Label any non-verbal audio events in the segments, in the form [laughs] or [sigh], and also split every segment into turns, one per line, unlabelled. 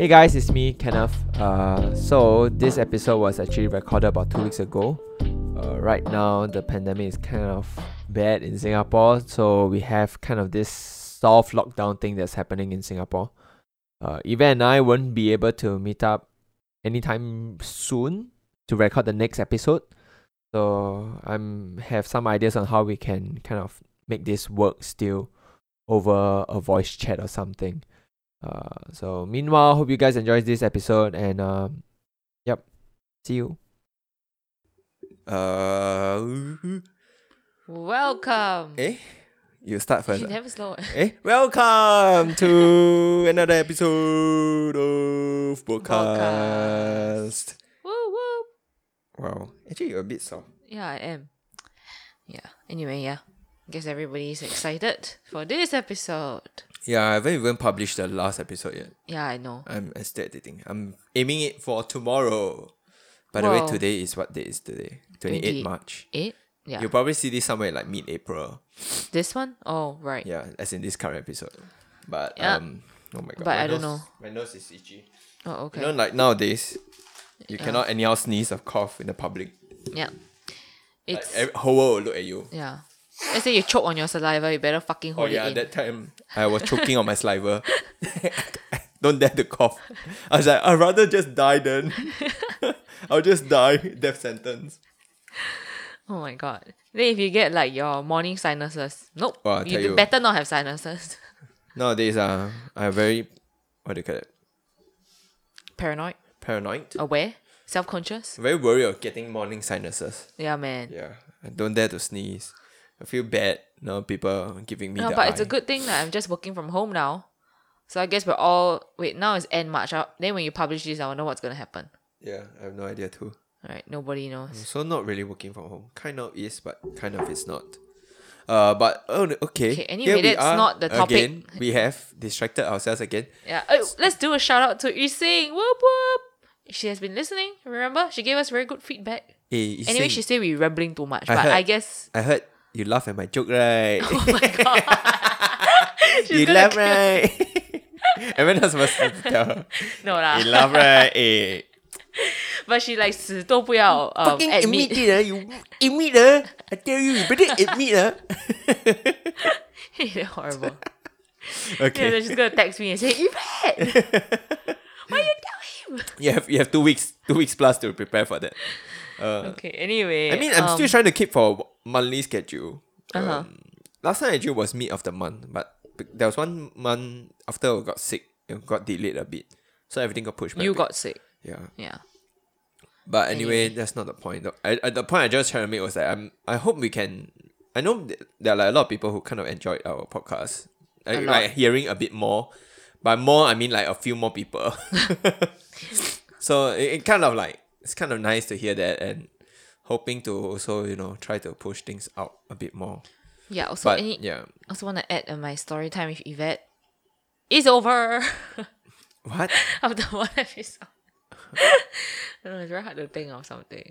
Hey guys, it's me, Kenneth. Uh, so this episode was actually recorded about two weeks ago. Uh, right now, the pandemic is kind of bad in Singapore, so we have kind of this soft lockdown thing that's happening in Singapore. Uh, Eva and I won't be able to meet up anytime soon to record the next episode. So I'm have some ideas on how we can kind of make this work still over a voice chat or something. Uh, so meanwhile, hope you guys enjoyed this episode and um, yep, see you.
Uh,
Welcome.
eh, you start first.
you never slow.
Eh, welcome
[laughs]
to another episode of podcast.
Podcast. [laughs] woo woo.
Wow, actually you're a bit soft.
Yeah, I am. Yeah. Anyway, yeah. Guess everybody's excited for this episode.
Yeah, I haven't even published the last episode yet.
Yeah, I know.
I'm still editing. I'm aiming it for tomorrow. By the way,
Wow.
today is what day is today? Twenty eighth
28.
March.
Eight. Eh? Yeah.
You'll probably see this somewhere like mid April.
This one. Oh, right.
Yeah, as in this current episode. But
Yeah.
um, oh my god.
But
my
I don't
nose-
know.
My nose is itchy.
Oh, okay.
You know, like nowadays, you cannot anyhow sneeze or cough in the public.
yeah.
Like,
It's
every, whole world will look at you.
yeah. Let's say you choke on your saliva, you better fucking
Oh
hold
yeah,
it in.
that time I was choking on my saliva. [laughs] Don't dare to cough. I was like, I'd rather just die then. [laughs] I'll just die. Death sentence.
oh my god. Then if you get like your morning sinuses, nope.
Oh, I
you,
tell
d-
you.
better not have sinuses. [laughs]
Nowadays, uh, I'm very, what do you call it?
Paranoid,
Paranoid.
aware, self conscious.
Very worried of getting morning sinuses.
Yeah, man.
Yeah. I don't dare to sneeze. I feel bad. Now people giving me
No,
the
but it's a
eye.
good thing that I'm just working from home now. So I guess we're all wait now is end March. I, then when you publish this, I wonder what's gonna happen.
Yeah, I have no idea too.
All right, nobody knows.
So not really working from home. Kind of is, but kind of is not. Uh, but oh, no, okay.
Okay, anyway,
Here we
that's
are
not the topic.
Again, we have distracted ourselves again.
Yeah, oh, let's do a shout out to Yising. Whoop whoop. She has been listening. Remember, she gave us very good feedback.
Hey, Yi
Anyway,
Sing,
she said we rambling too much,
I
but
heard.
I guess
I heard you laugh at my joke, right?
[laughs] oh my
[laughs]
god,
[laughs] you
gonna
laugh, right? and when I was supposed to tell her,
no
you
lah.
laugh, right? Eh.
But she like 死都不要 um,
Fucking
admit. [laughs]
admit it, ah, you admit, ah. I tell you, you better admit, ah. [laughs]
They're horrible. Yeah, then
Okay,
she's gonna text me and say, Yvette,
[laughs] you have you have two weeks, two weeks plus to prepare for that.
Okay, anyway.
I mean, I'm
um,
still trying to keep for a monthly schedule.
Uh-huh.
Um, last time I drew was mid of the month, but b- there was one month after I got sick, it got delayed a bit. So everything got pushed back.
You
a bit.
got sick.
Yeah.
Yeah.
But anyway, that's not the point. The- I, I, the point I just trying to make was that I'm, I hope we can. I know th- there are like a lot of people who kind of enjoyed our podcast. Like,
lot.
like hearing a bit more. By more, I mean like a few more
[laughs]
people. so it, it kind of like, it's kind of nice to hear that and hoping to also, you know, try to push things out a bit more.
Yeah. Also,
But
any,
yeah.
also want to add uh, my story time with Yvette is over [laughs]
What? [laughs]
after one episode. [laughs] I don't know, it's very hard to think
[laughs]
of something.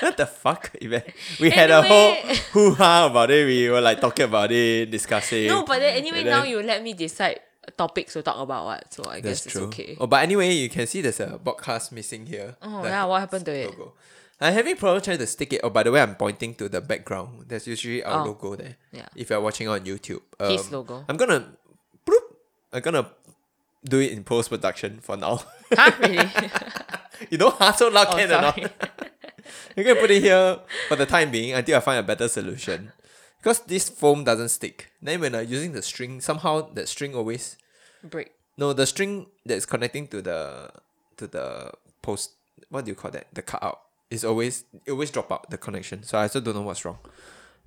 What the fuck? Even- We had a whole
Anyway.
hoo ha about it. We were like talking about it, discussing.
no, but then anyway,
And
now
then-
you let me decide topics to talk about what, so I
That's
guess
true.
it's okay.
Oh, but anyway, you can see there's a podcast missing here.
Oh,
The
yeah, what happened to it?
[laughs] Logo. I'm having problem trying to stick it. Oh, by the way, I'm pointing to the background. That's usually our
Oh.
logo there.
Yeah.
If you're watching on YouTube, um,
His logo.
I'm gonna, bloop, I'm gonna do it in post production for now. [laughs]
Huh? Really?
you don't hustle luck
Oh,
can or not.
sorry. [laughs]
You can put it here for the time being until I find a better solution. Because this foam doesn't stick. Then when I'm using the string, somehow that string always
Break.
no, the string that's connecting to the to the post. What do you call that? The cutout is always it always drop out the connection. So I still don't know what's wrong,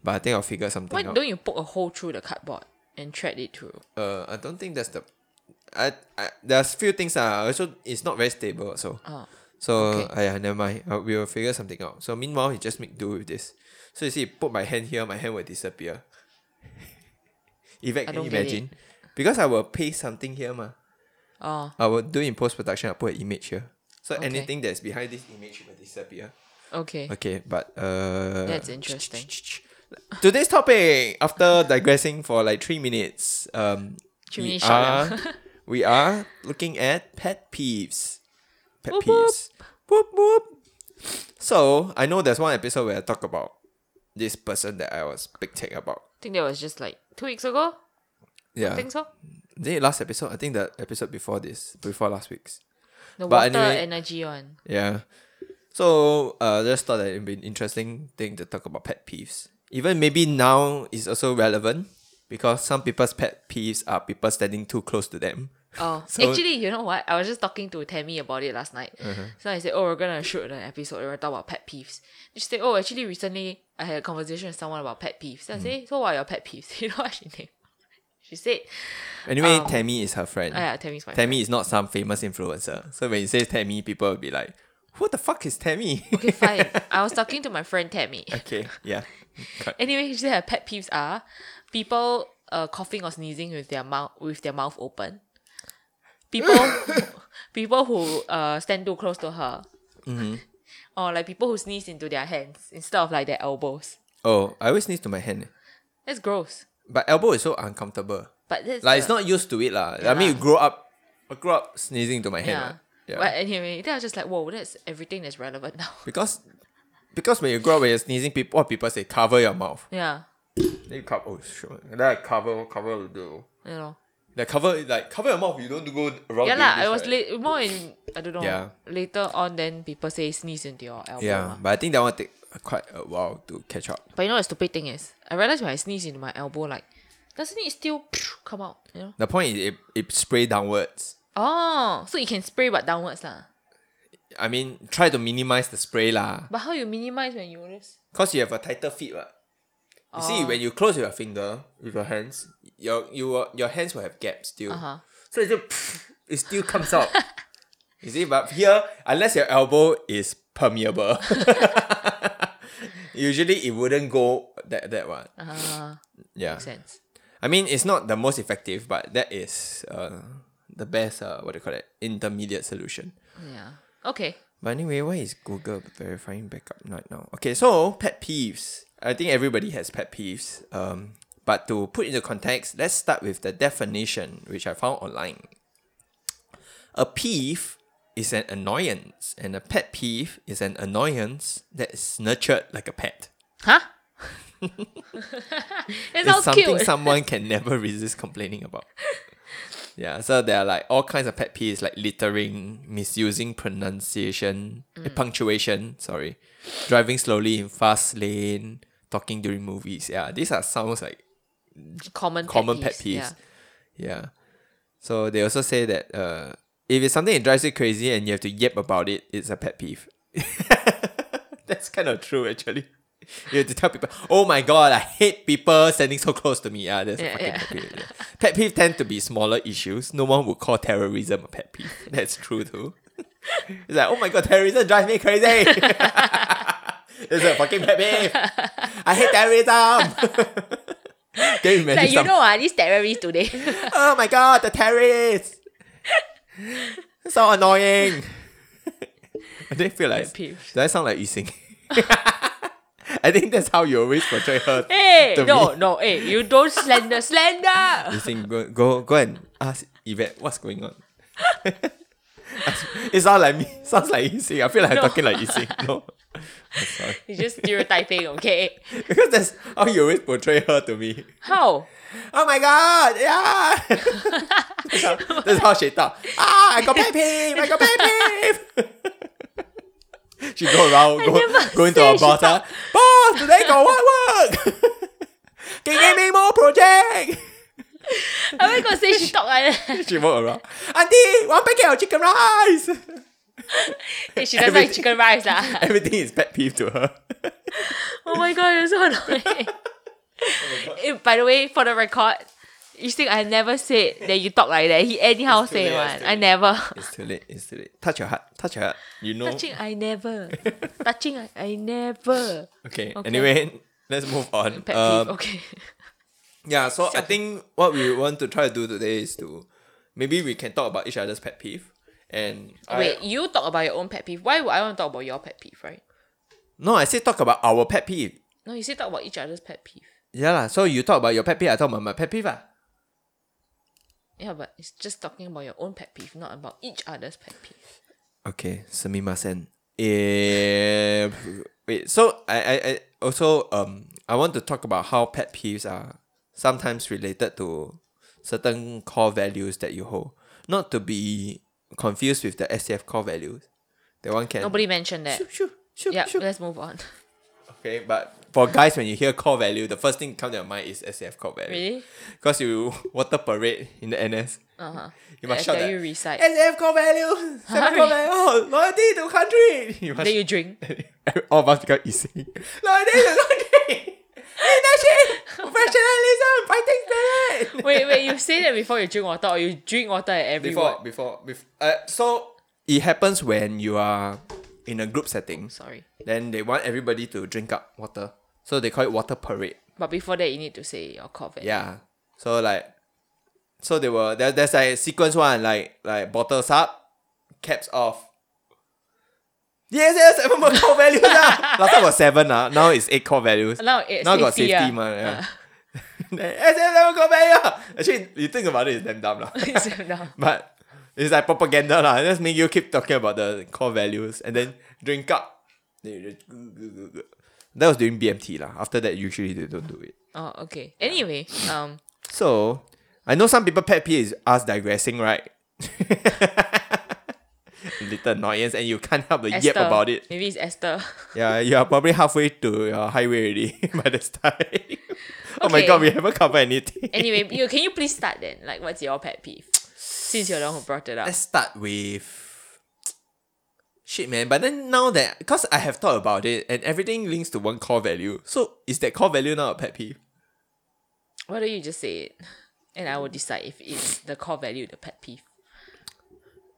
but I think I'll figure something
Why
out.
don't you poke a hole through the cardboard and thread it through?
uh, I don't think that's the. I, I there's few things that are also it's not very stable also.
Oh.
So
okay.
yeah, never mind. Uh, we will figure something out. So meanwhile, you just make do with this. So you see, put my hand here, my hand will disappear. [laughs] In fact,
I
can you
don't get it.
imagine? Because I will paste something here, ma.
Oh,
I will do in post production. I put an image here, so
Okay.
anything that's behind this image will disappear.
okay.
Okay, but uh,
That's interesting.
[laughs] Today's topic, after digressing for like three minutes, um,
Three
we
[laughs] minutes short, yeah.
are we are looking at pet peeves. Pet
Whoop, whoop.
peeves. Whoop whoop. So I know there's one episode where I talk about this person that I was big take about.
think that was just like two weeks ago.
Yeah.
I think so.
The last episode, I think the episode before this, before last week's.
The
But
water
anyway-
energy one.
Yeah. So uh just thought that it'd be an interesting thing to talk about pet peeves. Even maybe now is also relevant because some people's pet peeves are people standing too close to them.
Oh,
So- Uh-huh.
actually, you know what? I was just talking to Tammy about it last night. So I said, "Oh, we're gonna shoot an episode where we talk about pet peeves." And She said, "Oh, actually, recently I had a conversation with someone about pet peeves." Then I
Mm-hmm.
said, "So what are your pet peeves?" [laughs] You know what she named? She said,
Anyway, Tammy is her friend.
"Ah, Oh. yeah, Tammy's my friend."
Tammy is not some famous influencer. So when you say Tammy, people will be like, Who the fuck is Tammy? [laughs]
Okay, fine. I was talking to my friend Tammy.
okay, yeah. Cut.
Anyway, [laughs] she said her pet peeves are people uh, coughing or sneezing with their mouth with their mouth open.
[laughs]
People people who uh, stand too close to her.
Mm-hmm.
[laughs] Or like people who sneeze into their hands instead of like their elbows.
Oh, I always sneeze to my hand.
That's gross.
But elbow is so uncomfortable.
But that's
Like it's
the-
not used to it lah.
Yeah
I mean,
lah.
you grow up, I grew up sneezing to my hand.
uh, yeah.
lah. Yeah.
But anyway, then I was just like, whoa, that's everything that's relevant [laughs] now.
Because because when you grow up when you're sneezing, people what people say cover your mouth.
yeah.
Then you cover oh sure. Then I cover cover will do.
You know.
Like cover like cover your mouth, you don't go around.
Yeah
doing
lah,
this,
I was
right?
late more in I don't know.
Yeah.
Later on then people say sneeze into your elbow. ah.
Yeah,
lah.
but I think that one take quite a while to catch up.
But you know what the stupid thing is? I realized when I sneeze into my elbow, like, doesn't it still [laughs] come out? You know?
The point is it, it spray downwards.
Oh, so it can spray but downwards lah.
I mean, try to minimize the spray lah.
But how you minimize when you this?
Cause you have a tighter fit, right? You see,
Oh.
when you close your finger with your hands, your you will- your hands will have gaps still.
Uh-huh.
So it still, it still comes
[laughs]
out. you see, but here, unless your elbow is permeable, [laughs] usually it wouldn't go that that one.
Uh,
Yeah.
makes sense.
I mean, it's not the most effective, but that is uh, the best. Uh, what do you call it? Intermediate solution.
Yeah. Okay.
But anyway, why is Google verifying backup right now? Okay, so pet peeves. I think everybody has pet peeves. Um, but to put into context, let's start with the definition which I found online. A peeve is an annoyance, and a pet peeve is an annoyance that is nurtured like a pet.
[laughs] Huh? it
It's
sounds
something
cute. [laughs]
someone can never resist complaining about. yeah, so there are like all kinds of pet peeves like littering, misusing pronunciation,
Mm.
eh, punctuation, sorry, driving slowly in fast lane, talking during movies. Yeah, these are sounds like
common pet
common
peeves.
pet peeves.
Yeah.
Yeah. So they also say that uh, if it's something that drives you crazy and you have to yip about it, it's a pet peeve. [laughs] That's kind of true, actually. You have to tell people, oh my god, I hate people standing so close to me. Yeah, that's a
Yeah,
fucking
yeah.
pet peeve. yeah. Pet peeve tend to be smaller issues. No one would call terrorism a pet peeve. [laughs] That's true, too. it's like, oh my god, terrorism drives me crazy. [laughs] it's a fucking pet peeve. I hate terrorism. [laughs] Can you imagine
Like you
some-
know, ah, these terrorists
[laughs]
today.
oh my god, the terrorists! so annoying. I didn't feel like.
Pet peeves.
Did I sound like Yu Sing? [laughs] I think that's how you always portray her.
hey,
to
no,
me.
no, hey, you don't slander, slander. [laughs]
Yu Sing, go, go, go and ask Yvette what's going on. [laughs] it sounds like me. Sounds like Yu Sing. I feel like
No.
I'm talking like Yu Sing. No. [laughs] I'm sorry.
You're just stereotyping, okay?
Because that's how you always portray her to me.
How?
Oh my god! [laughs] Yeah! that's, how, that's how she talk. Ah, I got pet peeve! I got pet peeve! [laughs] she go around, go,
never
go into
say
her
she
boss. ah, boss, today got [laughs] what work? Can you give me more project? [laughs]
Am I gonna say she talk like that? [laughs]
she walk around. Auntie, one packet of chicken rice! [laughs]
Hey, she doesn't like
Everything-
chicken rice lah.
Everything is pet peeve to her.
Oh my god, you're so [laughs] annoying. Eh, By the way, for the record, you think I never said that you talk like that. He anyhow
It's too
say
late, it's
one.
too
I
late.
never.
it's too late, it's too late. Touch your heart, touch your heart. You know.
Touching, I [laughs] never. Touching, I, I never.
Okay,
Okay.
anyway, [laughs] let's move on.
Pet
Um,
peeve, okay.
Yeah, so I think what we want to try to do today is to maybe we can talk about each other's pet peeve. And I-
[laughs] Wait, you talk about your own pet peeve. Why would I want to talk about your pet peeve, right?
no, I say talk about our pet peeve.
No, you say talk about each other's pet peeve.
Yeah, lah. so you talk about your pet peeve, I talk about my pet peeve. Ah.
Yeah, but it's just talking about your own pet peeve, not about each other's pet peeve.
Okay, sumimasen. Eh, wait, so I, I, I also um I want to talk about how pet peeves are sometimes related to certain core values that you hold. Not to be confused with the SCF core values. That one can
Nobody mentioned that.
Shoo, shoo, shoo,
Yeah,
shoo.
let's move on. [laughs]
Okay, but for guys when you hear core value, the first thing come to your mind is SCF core value.
Really?
Because you [laughs] water parade in the NS.
Uh huh.
You must
I
shout
tell
that.
you recite.
SCF core value,
[laughs]
seven core value, oh, loyalty to country. [laughs] You must
Then you [laughs] drink.
all of us become Ising. Loyalty to
[laughs]
country, leadership, professionalism, fighting spirit.
Oh [laughs] Wait, wait. You say that before you drink water, or you drink water at every
Before,
word?
before, before. Uh, so it happens when you are in a group setting.
Sorry,
Then they want everybody to drink up water, so they call it water parade.
but before that you need to say your core value.
Yeah. So like, so they were there, there's like sequence one like like bottles up, caps off. Yes, yes, [laughs] seven more core values ah. Last time was seven ah. Now it's eight core values.
Now it's
now got
safety,
safety
ah.
mah, yeah. [laughs] Yes, yes, seven core value. ah. Actually, you think about it, it's damn dumb lah.
It's now.
[laughs] but it's like propaganda lah. Just make you keep talking about the core values and then drink up. Then you just [laughs] That was during BMT lah. After that, usually they don't do it.
Oh, okay. Anyway, um,
So, I know some people pet peeve is us digressing, right? [laughs] Little annoyance, and you can't help but
Esther.
yep about it.
Maybe it's Esther. [laughs]
Yeah, you are probably halfway to your highway already [laughs] by this time. oh my
Okay.
god, we haven't covered anything.
anyway, you can you please start then? Like, what's your pet peeve? Since you're the one who brought it
[laughs]
up.
Let's start with shit, man. But then now that because I have thought about it, and everything links to one core value. So is that core value now a pet peeve?
Why don't you just say it, and I will decide if it's the core value, the pet peeve.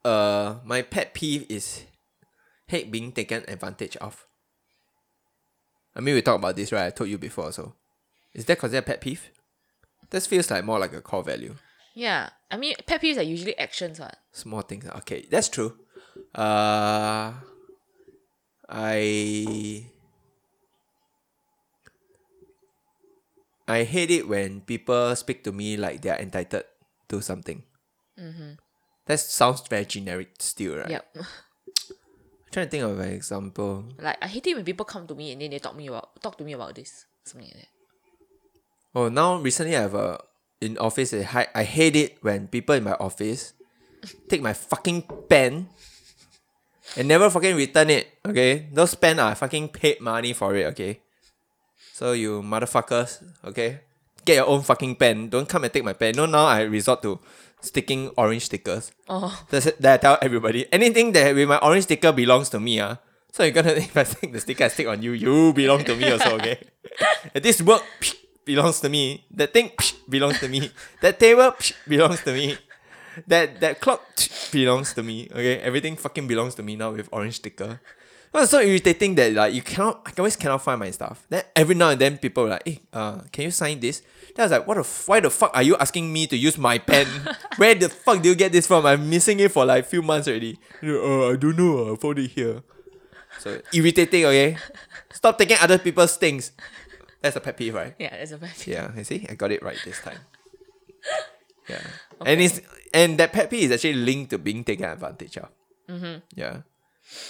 Uh, my pet peeve is hate being taken advantage of. I mean, we talked about this, right? I told you before, so is that considered a pet peeve? This feels like more like a core value.
Yeah, I mean, pet peeves are usually actions, what?
Small things. ah, Okay, that's true. Uh, I I hate it when people speak to me like they are entitled to something. Mm-hmm. That sounds very generic, still, right?
Yep.
trying to think of an example.
[laughs] Like I hate it when people come to me and then they talk me about talk to me about this something like that.
Oh, now recently I have a in office. I hi- I hate it when people in my office take my fucking pen and never fucking return it. Okay, those pen are fucking paid money for it. Okay, so you motherfuckers. Okay, get your own fucking pen. Don't come and take my pen. No, now I resort to sticking orange stickers.
Oh,
That's it, that I tell everybody. Anything that with my orange sticker belongs to me, ah. So you're gonna [laughs] if I stick the sticker I stick on you, you belong to me also, okay? And this work belongs to me. That thing belongs to me. That table belongs to me. That that clock belongs to me. Okay, everything fucking belongs to me now with orange sticker. Well, it's so irritating that like you cannot. I always cannot find my stuff. Then every now and then people were like, "Hey, uh, can you sign this?" Then I was like, "What the? F- why the fuck are you asking me to use my pen? Where the fuck do you get this from? I'm missing it for like few months already. And they're, Uh, I don't know. I found it here. So irritating. Okay, stop taking other people's things. That's a pet peeve, right?
yeah, that's a pet peeve.
Yeah, you see, I got it right this time. Yeah, and it's and that pet peeve is actually linked to being taken advantage of. Mm-hmm. Yeah,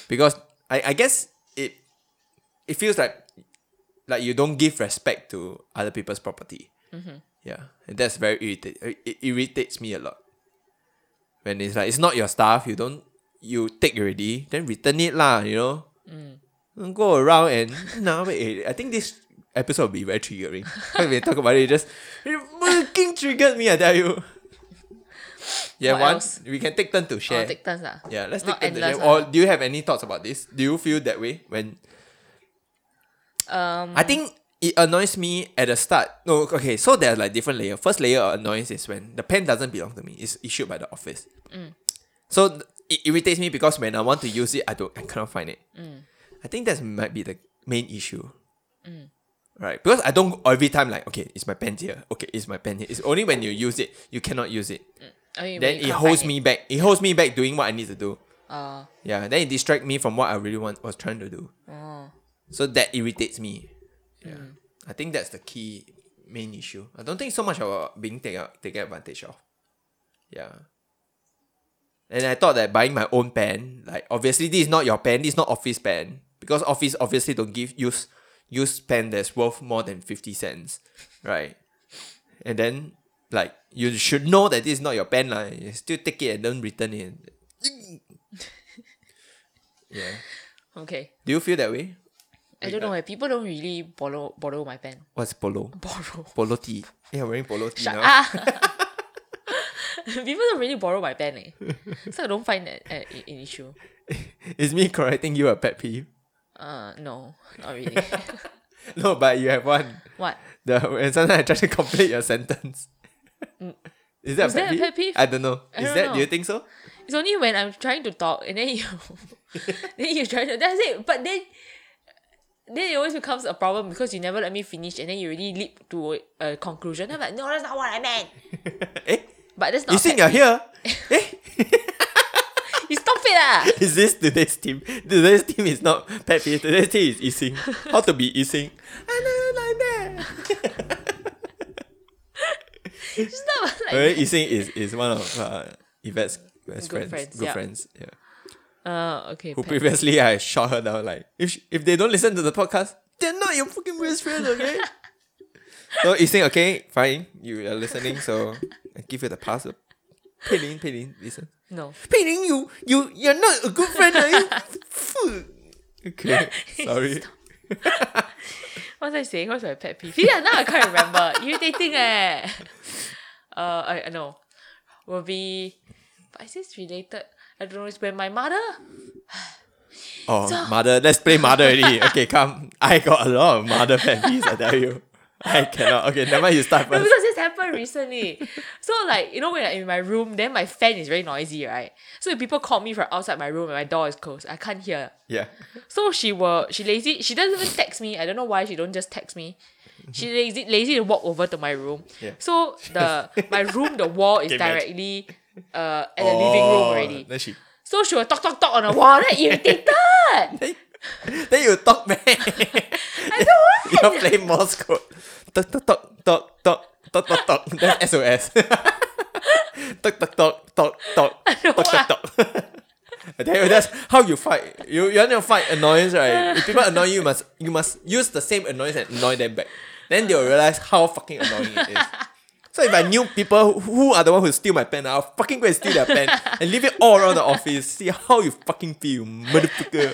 because I, I guess it it feels like like you don't give respect to other people's property. Mm-hmm. Yeah, and that's very irritating. It irritates me a lot when it's like it's not your stuff. You don't you take already, then return it lah. You know, don't go around and [laughs] nah. Wait, eh, I think this episode will be very triggering. [laughs] 'Cause when we talk about it, it just it fucking triggered me. I tell you. [laughs] Yeah,
What
once
else?
we can take turn to share.
Oh, take turns ah.
yeah, let's take
Not
turn to share.
endless
Or
ah.
do you have any thoughts about this? Do you feel that way when
Um,
I think it annoys me at the start. No, okay, so there's like different layer. First layer of annoyance is when the pen doesn't belong to me. It's issued by the office.
Mm.
So th- it irritates me because when I want to use it, I don't I cannot find it.
Mm.
I think that might be the main issue.
Mm.
Right. Because I don't every time like, okay, it's my pen here. Okay, it's my pen here. It's only when you use it, you cannot use it.
I mean,
Then
when you
it
can't
holds
find
me back. It holds me back doing what I need to do.
It, uh,
Yeah, then it distract me from what I really want was trying to do.
oh, Hmm.
So that irritates me. Yeah. I think that's the key main issue. I don't think so much about being taken taken advantage of. Yeah. And I thought that buying my own pen, like obviously this is not your pen, this is not office pen. Because office obviously don't give use use pen that's worth more than fifty cents. Right. And then like you should know that this is not your pen, like you still take it and don't return it. yeah.
Okay.
Do you feel that way?
I don't know.
uh,
eh, People don't really borrow borrow my pen. [laughs]
What's polo?
Borrow.
Polo tee. Yeah, wearing polo tee
Shut
now.
up. [laughs] People don't really borrow my pen, eh. so I don't find that uh, i- an issue.
Is me correcting you a pet peeve?
Uh, no, not really.
[laughs] No, but you have one.
what?
The when sometimes I try to complete your sentence. Is that,
Is
a, pet
that a pet peeve?
I don't know.
I
Is
don't
that?
know.
Do you think so?
It's only when I'm trying to talk and then you, [laughs] then you try to. That's it. But then, then it always becomes a problem because you never let me finish and then you really leap to a conclusion. I'm like, no, that's not what I meant.
[laughs] Eh,
But that's not.
you
a
think
pet
you're here?
peeve. You stop it, ah.
Is this today's team? Today's team is not pet peeve. Today's team is easing. How to be easing? I don't like that.
You Stop. [laughs] Like,
Well, easing is is one of uh, Yvette's best friends.
Good friends,
Good
yeah.
friends. Yeah.
Uh, okay.
Who
pet-
previously I shot her down like if sh- if they don't listen to the podcast, they're not your fucking best friend,
[laughs]
okay? so Ising, okay, fine, you are listening, so I give you the pass. Pei Lin, Pei Lin, listen.
No.
Pei Lin, you you you're not a good friend, are you? Fuck.
[laughs]
okay, sorry.
What was I saying? What's my pet peeve? Yeah, now I can't remember. [laughs] Irritating eh. Uh, I I know. Will be. But is this related? I don't know. It's when my mother. [laughs]
Oh, mother, let's play mother already. Okay, come. I got a lot of mother
[laughs]
families, I tell you. I cannot. Okay, never mind, you start
No,
first.
because this happened recently. so like you know when I'm in my room, then my fan is very noisy, right? So if people call me from outside my room and my door is closed, I can't hear.
Yeah.
So she will. She lazy. She doesn't even text me. I don't know why she don't just text me. She lazy lazy to walk over to my room.
Yeah.
So the my room the wall is
Can imagine.
directly uh at the living room already.
Oh, Then she
So she will talk, talk, talk on the wall. That irritated. [laughs]
then, then you talk back. [laughs] I [laughs] don't want. You're playing Morse code. Talk, talk, talk, talk, talk, talk, talk, talk. That's [laughs] SOS. talk, talk, talk, talk, talk,
know
talk, talk, [laughs] talk. I tell you, that's how you fight. You you want to fight annoyance, right? If people annoy you, you must you must use the same annoyance and annoy them back. Then they'll realize how fucking annoying it is. [laughs] So if I knew people who are the one who steal my pen, I'll fucking go and steal their pen and leave it all around the office. See how you fucking feel, motherfucker.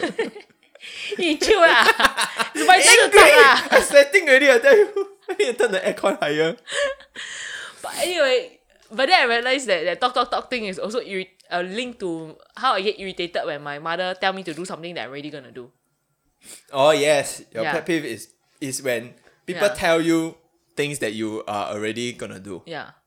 You chill lah. It's my turn to
angry.
talk lah.
I'm sweating already. I tell you. [laughs] I need to turn the aircon higher.
But anyway, but then I realized that that talk, talk, talk thing is also irri- a link to how I get irritated when my mother tell me to do something that I'm already gonna do.
Oh yes, your
Yeah.
pet peeve is is when people
Yeah.
tell you things that you are already gonna do.
Yeah.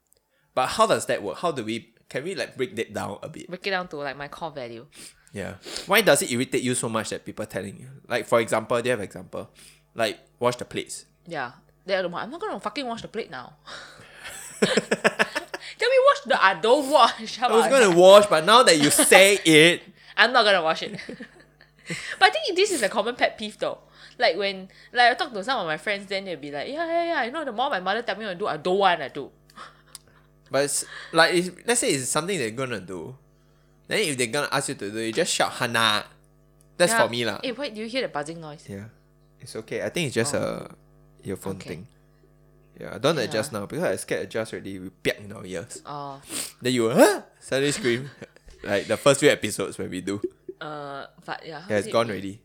But how does that work? How do we? Can we like break that down a bit?
Break it down to like my core value.
Yeah. Why does it irritate you so much that people telling you? Like for example, do you have example? Like wash the plates.
Yeah. Then I'm like, I'm not gonna fucking wash the plate now. [laughs] Tell me wash the I don't wash. How
I was
about
gonna wash, but now that [laughs] you say it,
I'm not gonna wash it. [laughs] but I think this is a common pet peeve though. Like when like I talk to some of my friends, then they'll be like, yeah, yeah, yeah. You know, the more my mother tell me what to do, I don't want to do.
but it's, like it's, let's say it's something they're gonna do, then if they're gonna ask you to do, it, just shout Hana. That's
Yeah.
for me lah.
Eh, wait, do you hear the buzzing noise?
Yeah. It's okay. I think it's just a earphone
Oh. Okay.
thing. Yeah, I don't
Yeah.
adjust now because I scared adjust already we piak in our ears.
Oh,
Then you huh? suddenly scream. [laughs] like the first few episodes when we do.
uh, but yeah. how
Yeah,
is
it's
it-
gone already.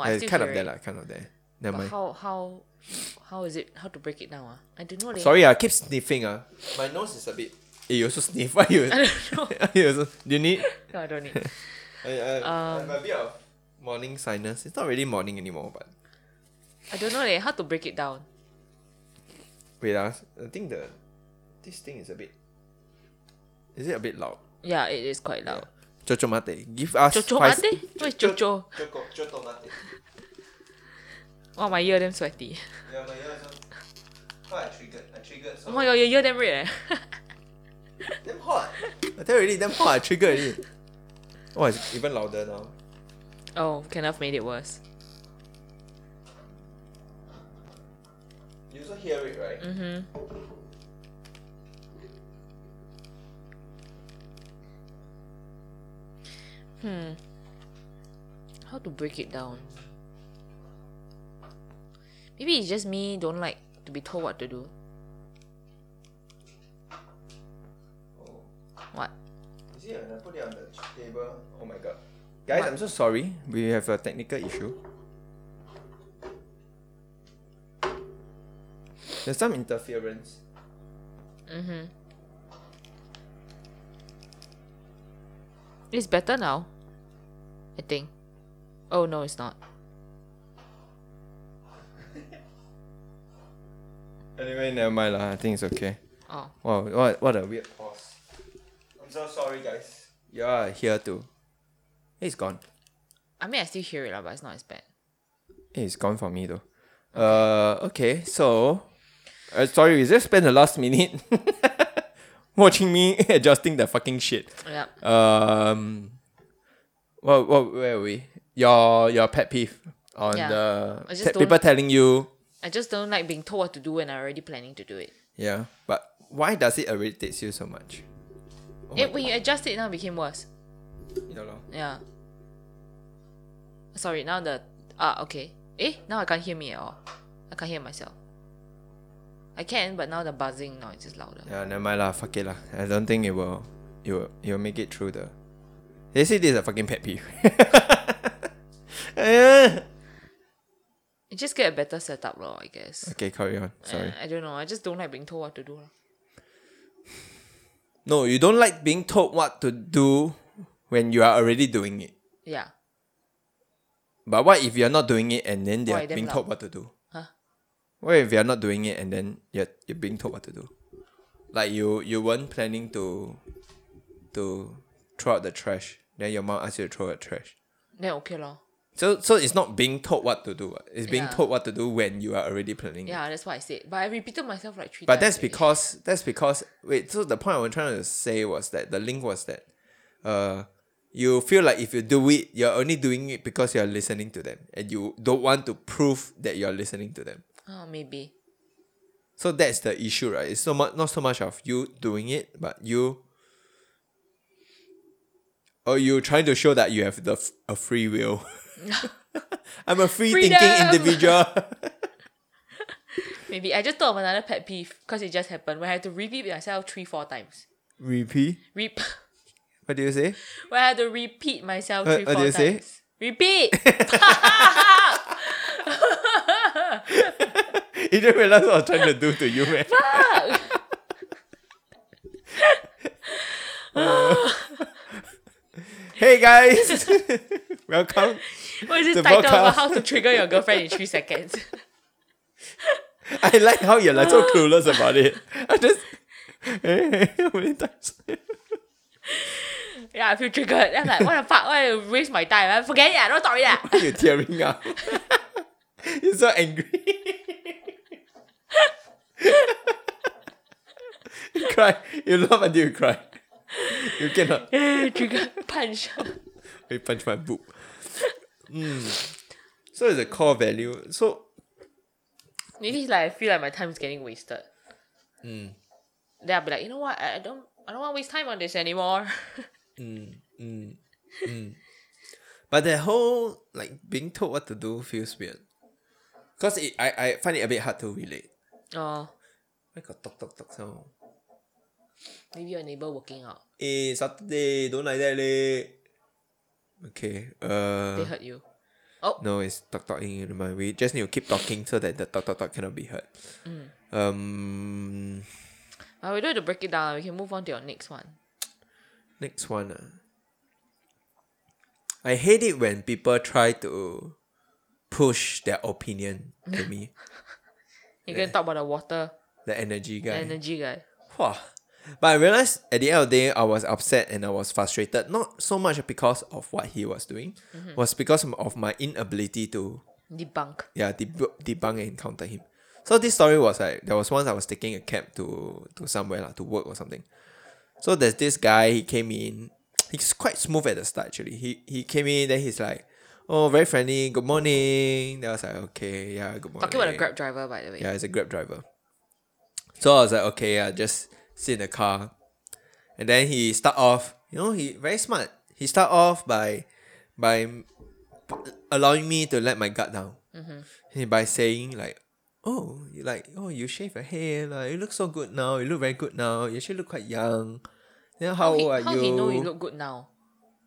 Yeah,
Oh, I
it's
still
kind
hear
of there
it.
lah, kind of there. Never
But
mind.
how how how is it? How to break it down? Ah, I don't know. leh.
Sorry, I keep sniffing ah. My nose is a bit Eh, you also sniff. [laughs] Why you,
I don't know.
you also do you need
No, I don't
[laughs]
need.
I, I, I
Um.
have a bit of morning sinus. It's not really morning anymore, but
I don't know. leh, How to break it down?
wait ah, I think the this thing is a bit is it a bit loud?
Yeah, it is quite loud.
Chocho mate. Give us
Chocho
five-
mate? What is chocho?
Choco, choto mate.
Wow, Oh, my ear damn sweaty. [laughs]
Yeah, my ears are- how I triggered. I triggered so
Oh my god, your ear damn red. eh. [laughs]
damn hot. I tell you already, damn hot. I triggered already. [laughs] Oh, it's even louder now.
oh, Kenneth made it worse. Mm-hmm.
You also hear it, right?
How to break it down? Maybe it's just me don't like to be told what to do. What?
You see, when I put Oh, it on the table, oh my god. Guys, I'm so sorry. We have a technical issue. There's some interference.
It's better now. I think. Oh no, it's not.
Anyway, never mind lah. I think it's okay.
Oh.
Wow, what, what a weird pause. I'm so sorry, guys. Yeah, here too. Hey, It's gone.
I mean I still hear it lah, but it's not as bad.
Hey, It's gone for me though. Uh, okay. So, uh, sorry, we just spent the last minute [laughs] watching me [laughs] adjusting the fucking shit.
Yep.
Um, what, what, where are we? Your your pet peeve on
Yeah.
the
I just
te-
don't-
people telling you.
I just don't like being told what to do when I'm already planning to do it.
Yeah, but why does it irritate you so much? Oh my
it when you adjust it now it became worse.
You know,
Yeah. Sorry, now the ah okay. Eh, now I can't hear me at all. I can't hear myself. I can, but now the buzzing noise is louder.
yeah, never mind lah. Fuck it lah. I don't think it will. It will. It will make it through the. They say this is a fucking pet peeve. [laughs] Eh.
You just get a better setup, lor. I guess.
okay, carry on. Sorry.
I, I don't know. I just don't like being told what to do. lor.
No, you don't like being told what to do when you are already doing it.
Yeah.
But what if you're not doing it and then they're
Why, damn
being told
loud.
what to do?
Huh?
What if you're not doing it and then you're, you're being told what to do? Like you you weren't planning to to throw out the trash. Then your mom asks you to throw out trash.
Then okay, lor.
So so it's not being told what to do. what? It's being
Yeah.
told what to do when you are already planning. it.
Yeah, that's what I said. But I repeated myself like three
But that's
times. already.
because that's because wait. So the point I was trying to say was that the link was that, uh, you feel like if you do it, you're only doing it because you're listening to them, and you don't want to prove that you're listening to them.
Oh, maybe.
So that's the issue, right? It's so much not so much of you doing it, but you. Or you trying to show that you have the f- a free
[laughs]
will. [laughs] I'm a free thinking
Freedom! [laughs]
individual.
Maybe I just thought of another pet peeve because it just happened. When I had to repeat myself three, four times.
Repeat.
Rep. [laughs]
What do you say?
when I had to repeat myself
What-
three,
what
four
do you
times.
say?
Repeat.
[laughs] You didn't realize what I was trying to do to you, man. [laughs] Hey guys, [laughs] welcome.
What is this
The
title about
podcast.
how to trigger your girlfriend in three seconds? [laughs]
I like how you're like so clueless about it. I just [laughs] how [laughs] many times?
yeah, I feel triggered. I'm like, what the fuck? Why you waste my time? I forget it. I don't talk it. ah."
you're tearing up. [laughs] you're so angry. [laughs] you cry. You laugh until you cry. You cannot.
[laughs] Trigger punch.
I punch my boob. So it's a core value. So
Maybe it's like I feel like my time is getting wasted.
Hmm.
Then I'll be like, you know what? I I don't. I don't want to waste time on this anymore. [laughs]
But the whole like being told what to do feels weird. Cause it, I, I find it a bit hard to relate.
oh,
Why got talk talk talk sound?
maybe your neighbor working out.
Eh, Saturday, don't like that leh. Okay.
They
Uh
hurt you.
no, it's talk talking in my way. Just need to keep talking so that the talk talk talk cannot be heard. Um
Well, we don't have to break it down. We can move on to your next one.
next one. ah. I hate it when people try to push their opinion to me.
You can talk about the water
The energy guy.
energy guy.
Wah. But I realized at the end of the day, I was upset and I was frustrated. Not so much because of what he was doing, was because of my inability to
Debunk.
yeah deb- debunk and counter him. So this story was like there was once I was taking a cab to to somewhere like to work or something. So there's this guy he came in. He's quite smooth at the start actually. He he came in then he's like, oh very friendly, good morning. Then I was like okay yeah good morning.
Talking about a grab driver, by the way.
Yeah, it's a Grab driver. So I was like, okay, I just sit in the car. And then he start off, you know, he very smart. He start off by by p- allowing me to let my gut down. Mm-hmm. By saying like, "Oh, you like oh you shave your hair, like you look so good now. You look very good now. You actually look quite young. Then how,
How, he,
old are
how
you?
he know you look good now?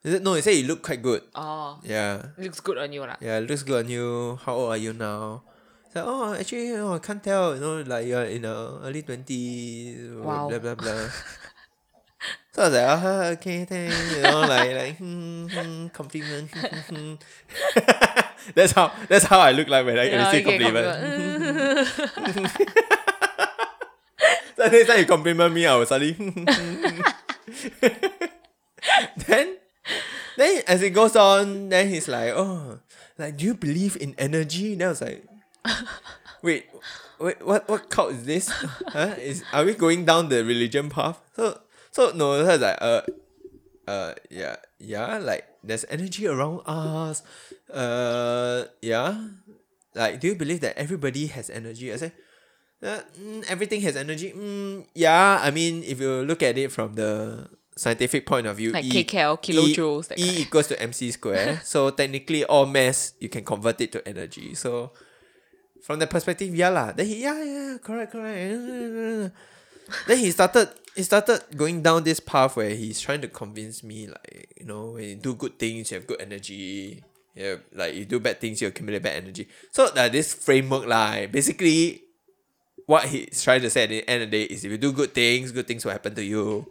He said, no, he said you look quite good.
Oh,
Yeah,
looks good on
[laughs]
you lah.
yeah, looks good on you. How old are you now? It's like, oh, actually, oh, I can't tell. You know, like you're in the early twenties.
Wow.
Blah blah blah. [laughs] so I was like, oh, okay, thanks. You know, like like hmm, hmm, compliment. hmm, hmm, hmm. [laughs] that's how that's how I look like when I
Yeah,
receive
Oh, okay,
compliment.
compliment.
So next time you compliment me, I will suddenly. [laughs] then, then as it goes on, then he's like, "Oh, like do you believe in energy?" Then I was like, "Wait, wait, what what cult is this? [laughs] Huh? Is are we going down the religion path?" So so no, so I was like, "Uh, uh, yeah, yeah, like there's energy around us. Uh, yeah, like do you believe that everybody has energy?" I said. Uh, mm, everything has energy. Mm, yeah, I mean, if you look at it from the scientific point of view,
Like
E-
kcal,
E-
kilojoules, that
E,
kind.
equals to mc
[laughs]
square. so technically, all mass you can convert it to energy. So from that perspective, yeah lah. Then he, yeah, yeah, correct, correct. then he started he started going down this path where he's trying to convince me like you know when you do good things you have good energy yeah like you do bad things you accumulate bad energy so like this framework like basically what he's trying to say at the end of the day is if you do good things good things will happen to you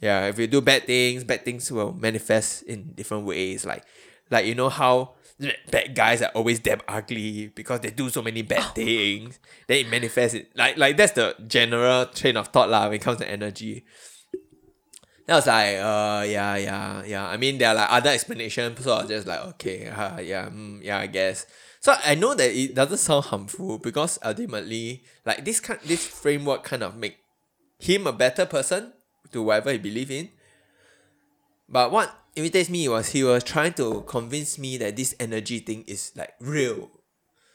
yeah if you do bad things bad things will manifest in different ways like like you know how bad guys are always damn ugly because they do so many bad things then it manifests it like like that's the general train of thought lah when it comes to energy then I was like, uh, yeah, yeah, yeah. I mean, there are like other explanations, so I was just like, okay, uh, yeah, mm, yeah, I guess. So I know that it doesn't sound harmful because ultimately, like this kind, this framework kind of make him a better person to whatever he believe in. But what irritates me was he was trying to convince me that this energy thing is like real.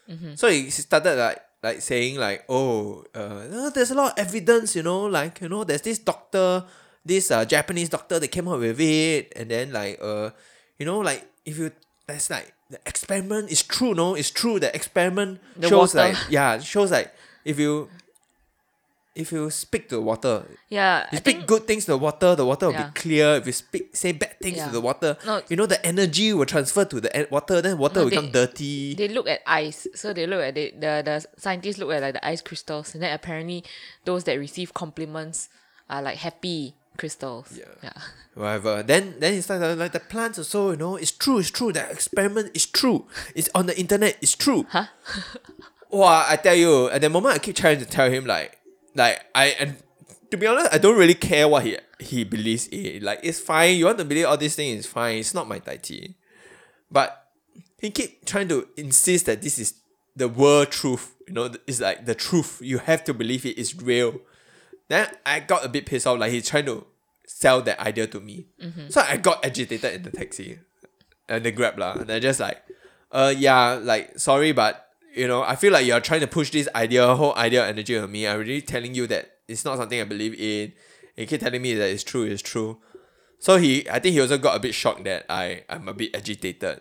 Mm-hmm.
So he started like like saying like, oh, uh, no, there's a lot of evidence, you know, like you know, there's this doctor, this uh, Japanese doctor that came up with it, and then like uh, you know, like if you that's like the experiment is true, no, it's true. The experiment
The
shows
water.
like yeah, shows like if you if you speak to the water,
[laughs] Yeah, I
you
think
speak good things to the water, the water will
Yeah.
be clear. If you speak say bad things
Yeah.
to the water,
No.
you know the energy will transfer to the en- water, then water
No,
will
they-
become dirty.
they look at ice. So they look at the the, the scientists look at like the ice crystals, and then apparently those that receive compliments are like happy crystals. Yeah.
whatever. Then then it's like, like the plants also, you know, it's true, it's true. The experiment is true. It's on the internet, it's true. [laughs] Huh? well, I tell you, at the moment I keep trying to tell him like like I and to be honest, I don't really care what he he believes in. Like it's fine, you want to believe all these things, it's fine, it's not my tai chi. But he keep trying to insist that this is the world truth. You know, it's like the truth. You have to believe it is real. Then I got a bit pissed off. Like he's trying to sell that idea to me. So I got agitated in the taxi, and the grab lah. And I just like, uh, yeah, like sorry, but you know, I feel like you're trying to push this idea, whole idea of energy on me. I'm already telling you that it's not something I believe in. And you keep telling me that it's true, it's true. So he, I think he also got a bit shocked that I, I'm a bit agitated.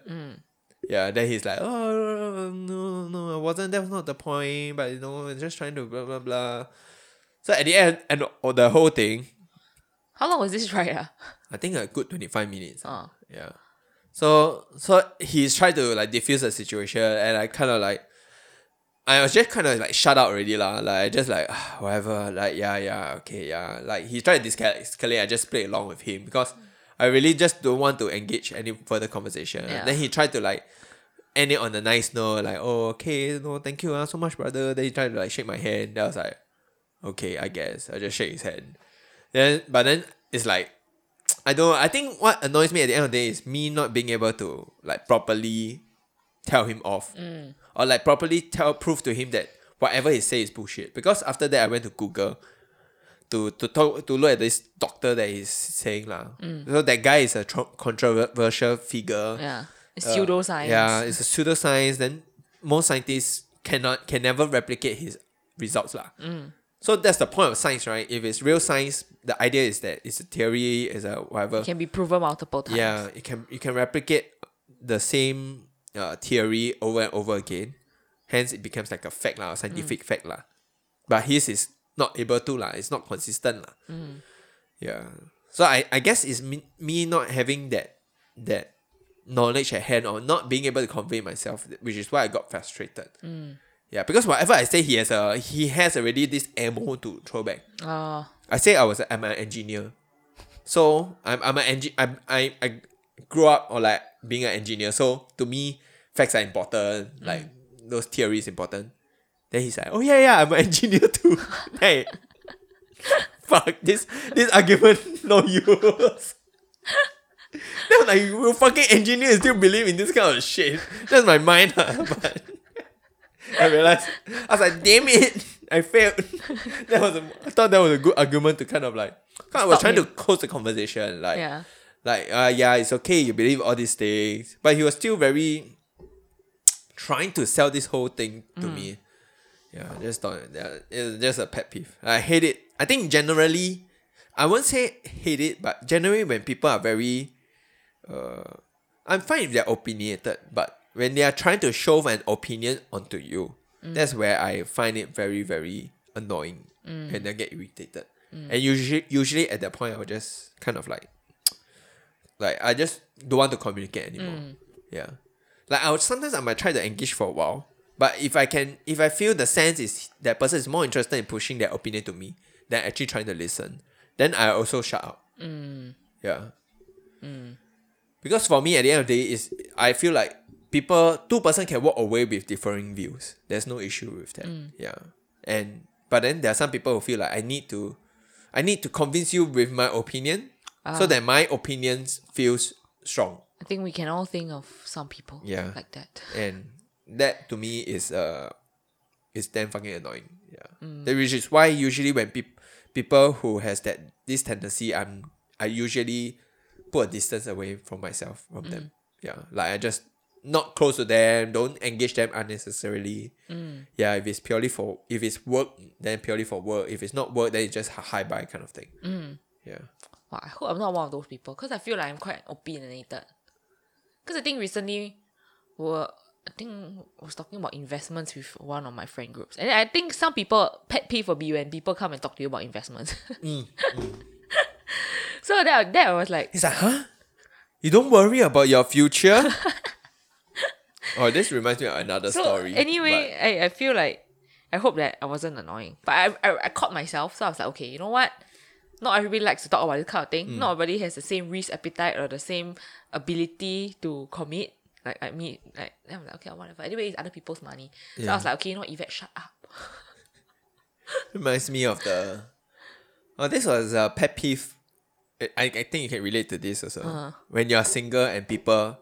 Yeah, then he's like, oh no, no, I wasn't. That was not the point. But you know, I'm just trying to blah blah blah. So at the end, and of the whole thing,
How long was this ride? Ah?
I think a good twenty five minutes. ah.
Oh.
Yeah. So so he's trying to like diffuse the situation, and I kind of like, I was just kind of like shut out already lah. Like I just like [sighs] whatever. Like yeah yeah okay yeah. Like he tried to escalate. I just played along with him because I really just don't want to engage any further conversation.
Yeah.
Then he tried to like end it on a nice note, like, oh, okay, no, thank you uh, so much, brother. Then he tried to like shake my hand. Then I was like, okay, I guess. I just shake his hand. Then, but then it's like, I don't, I think what annoys me at the end of the day is me not being able to like properly tell him off
Mm.
or like properly tell, prove to him that whatever he say is bullshit. Because after that, I went to Google to to talk to look at this doctor that he's saying lah. So that guy is a tro- controversial figure.
Mm. Yeah, it's
Uh,
pseudoscience.
Yeah, it's a
Mm.
pseudoscience. Then most scientists cannot can never replicate his results lah. So that's the point of science, right? If it's real science, the idea is that it's a theory, it's a whatever.
It can be proven multiple times.
Yeah, it can you can replicate the same uh, theory over and over again. Hence, it becomes like a fact lah, a scientific fact lah. But his is not able to lah. It's not consistent lah. Yeah. So I, I guess it's me, me not having that that knowledge at hand or not being able to convey myself, which is why I got frustrated. Yeah, because whatever I say, he has a he has already this ammo to throw back.
Uh,
I say I was I'm an engineer. So I'm I'm an engi- I'm, I I grew up or like being an engineer. So to me, facts are important. Like those theories important. Then he's like, oh yeah yeah, I'm an [laughs] engineer too. hey, fuck this this argument [laughs] no use. [laughs] Then I'm like you fucking engineer still believe in this kind of shit. [laughs] That's my mind. ah, But [laughs] I realized I was like, damn it, I failed. [laughs] that was a, I thought that was a good argument to kind of like kind of was
Stop
trying
him.
to close the conversation. Like
yeah.
like uh yeah, it's okay, you believe all these things. But he was still very trying to sell this whole thing to me. Yeah, I just thought that it's just a pet peeve. I hate it. I think generally I won't say hate it, but generally when people are very uh I'm fine if they're opinionated, but when they are trying to shove an opinion onto you, that's where I find it very, very annoying and I get irritated. And usually usually at that point I would just kind of like like I just don't want to communicate anymore. Yeah. Like I would sometimes I might try to engage for a while. But if I can if I feel the sense is that person is more interested in pushing their opinion to me than actually trying to listen, then I also shut up. Yeah. Because for me at the end of the day is I feel like people two person can walk away with differing views. There's no issue with that. Yeah. And but then there are some people who feel like I need to I need to convince you with my opinion so that my opinions feels strong.
I think we can all think of some people
Yeah.
like that.
And that to me is uh is damn fucking annoying. Yeah. That which is why usually when peop- people who has that this tendency I'm I usually put a distance away from myself from them. Yeah. Like I just not close to them, don't engage them unnecessarily. Yeah, if it's purely for if it's work, then purely for work. If it's not work, then it's just hi- hi bye kind of thing. Yeah.
Wow, I hope I'm not one of those people because I feel like I'm quite opinionated. Because I think recently, were I think I was talking about investments with one of my friend groups, and I think some people pet peeve will be when people come and talk to you about investments. [laughs] so that that I was like,
He's like, huh? You don't worry about your
[laughs]
future? oh, this reminds me of another
so
story.
anyway, I, I feel like I hope that I wasn't annoying, but I, I I caught myself, so I was like, okay, you know what? Not everybody likes to talk about this kind of
Hmm.
thing. Not everybody has the same risk appetite or the same ability to commit. Like I mean, like then I'm like, okay, whatever. Anyway, it's other people's money. So I was like, okay, you know what, Yvette, shut up.
but reminds me of the. Oh, this was a pet peeve. I, I I think you can relate to this also.
Uh-huh.
When you're single and people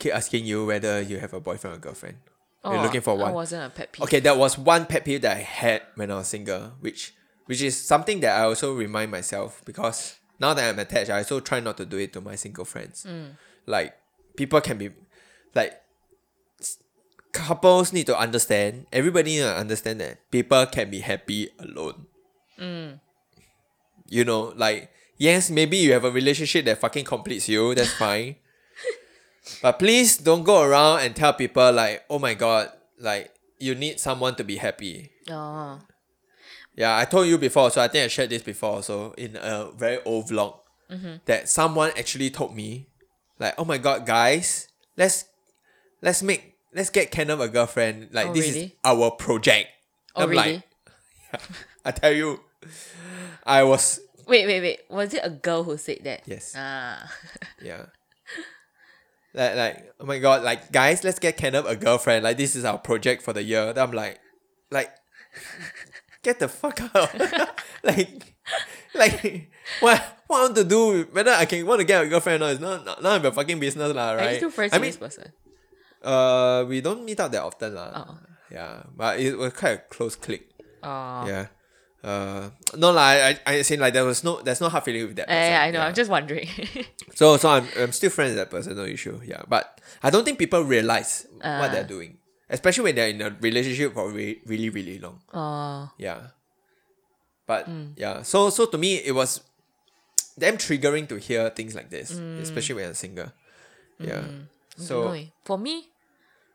keep asking you whether you have a boyfriend or girlfriend, you're looking for
Oh, I
one.
wasn't a pet peeve.
Okay, that was one pet peeve that I had when I was single, which which is something that I also remind myself because now that I'm attached, I also try not to do it to my single friends.
Mm.
Like people can be, like s- couples need to understand. Everybody need to understand that people can be happy alone.
Mm.
You know, like yes, maybe you have a relationship that fucking completes you. That's fine. But please don't go around and tell people like, oh my god, like you need someone to be happy.
Oh.
Yeah, I told you before, so I think I shared this before also in a very old vlog
Mm-hmm.
that someone actually told me, like, oh my god, guys, let's let's make let's get Kenneth a girlfriend. Like
Oh,
this is
really?
our project.
Oh,
I'm
really?
like, I tell you, I was
Wait, wait, wait. Was it a girl who said that?
Yes.
Ah.
Yeah. Like, like, oh my god, like, guys, let's get Kenneth a girlfriend. Like, this is our project for the year. Then I'm like, like, get the fuck out. [laughs] like, like, what, what I want to do, whether I can want to get a girlfriend or not, it's not, not, none of your fucking business, lah,
Are you
right?
still friends
I
with
mean,
this person?
uh, we don't meet up that often, lah.
Oh.
Yeah, but it was quite a close click.
Oh.
Yeah. Uh, no, lah, I, I, I saying like, there was no, there's no hard feeling with that.
Yeah, yeah,
person.
I know. I'm just wondering. [laughs]
So so I'm I'm still friends with that person, no issue. Yeah. But I don't think people realize
Ah.
what they're doing. Especially when they're in a relationship for re- really, really long.
oh.
Yeah. But yeah, so so to me it was damn triggering to hear things like this, especially when you're a singer. Yeah.
no,
So
eh. for me,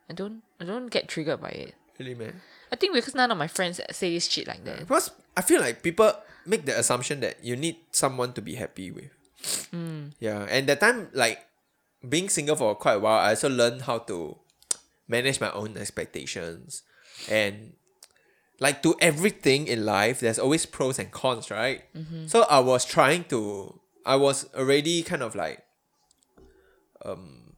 I don't I don't get triggered by it.
really man.
I think because none of my friends say this shit like that.
Because I feel like people make the assumption that you need someone to be happy with. Yeah, and that time like being single for quite a while, I also learned how to manage my own expectations and like to everything in life. There's always pros and cons, right? So I was trying to. I was already kind of like. Um,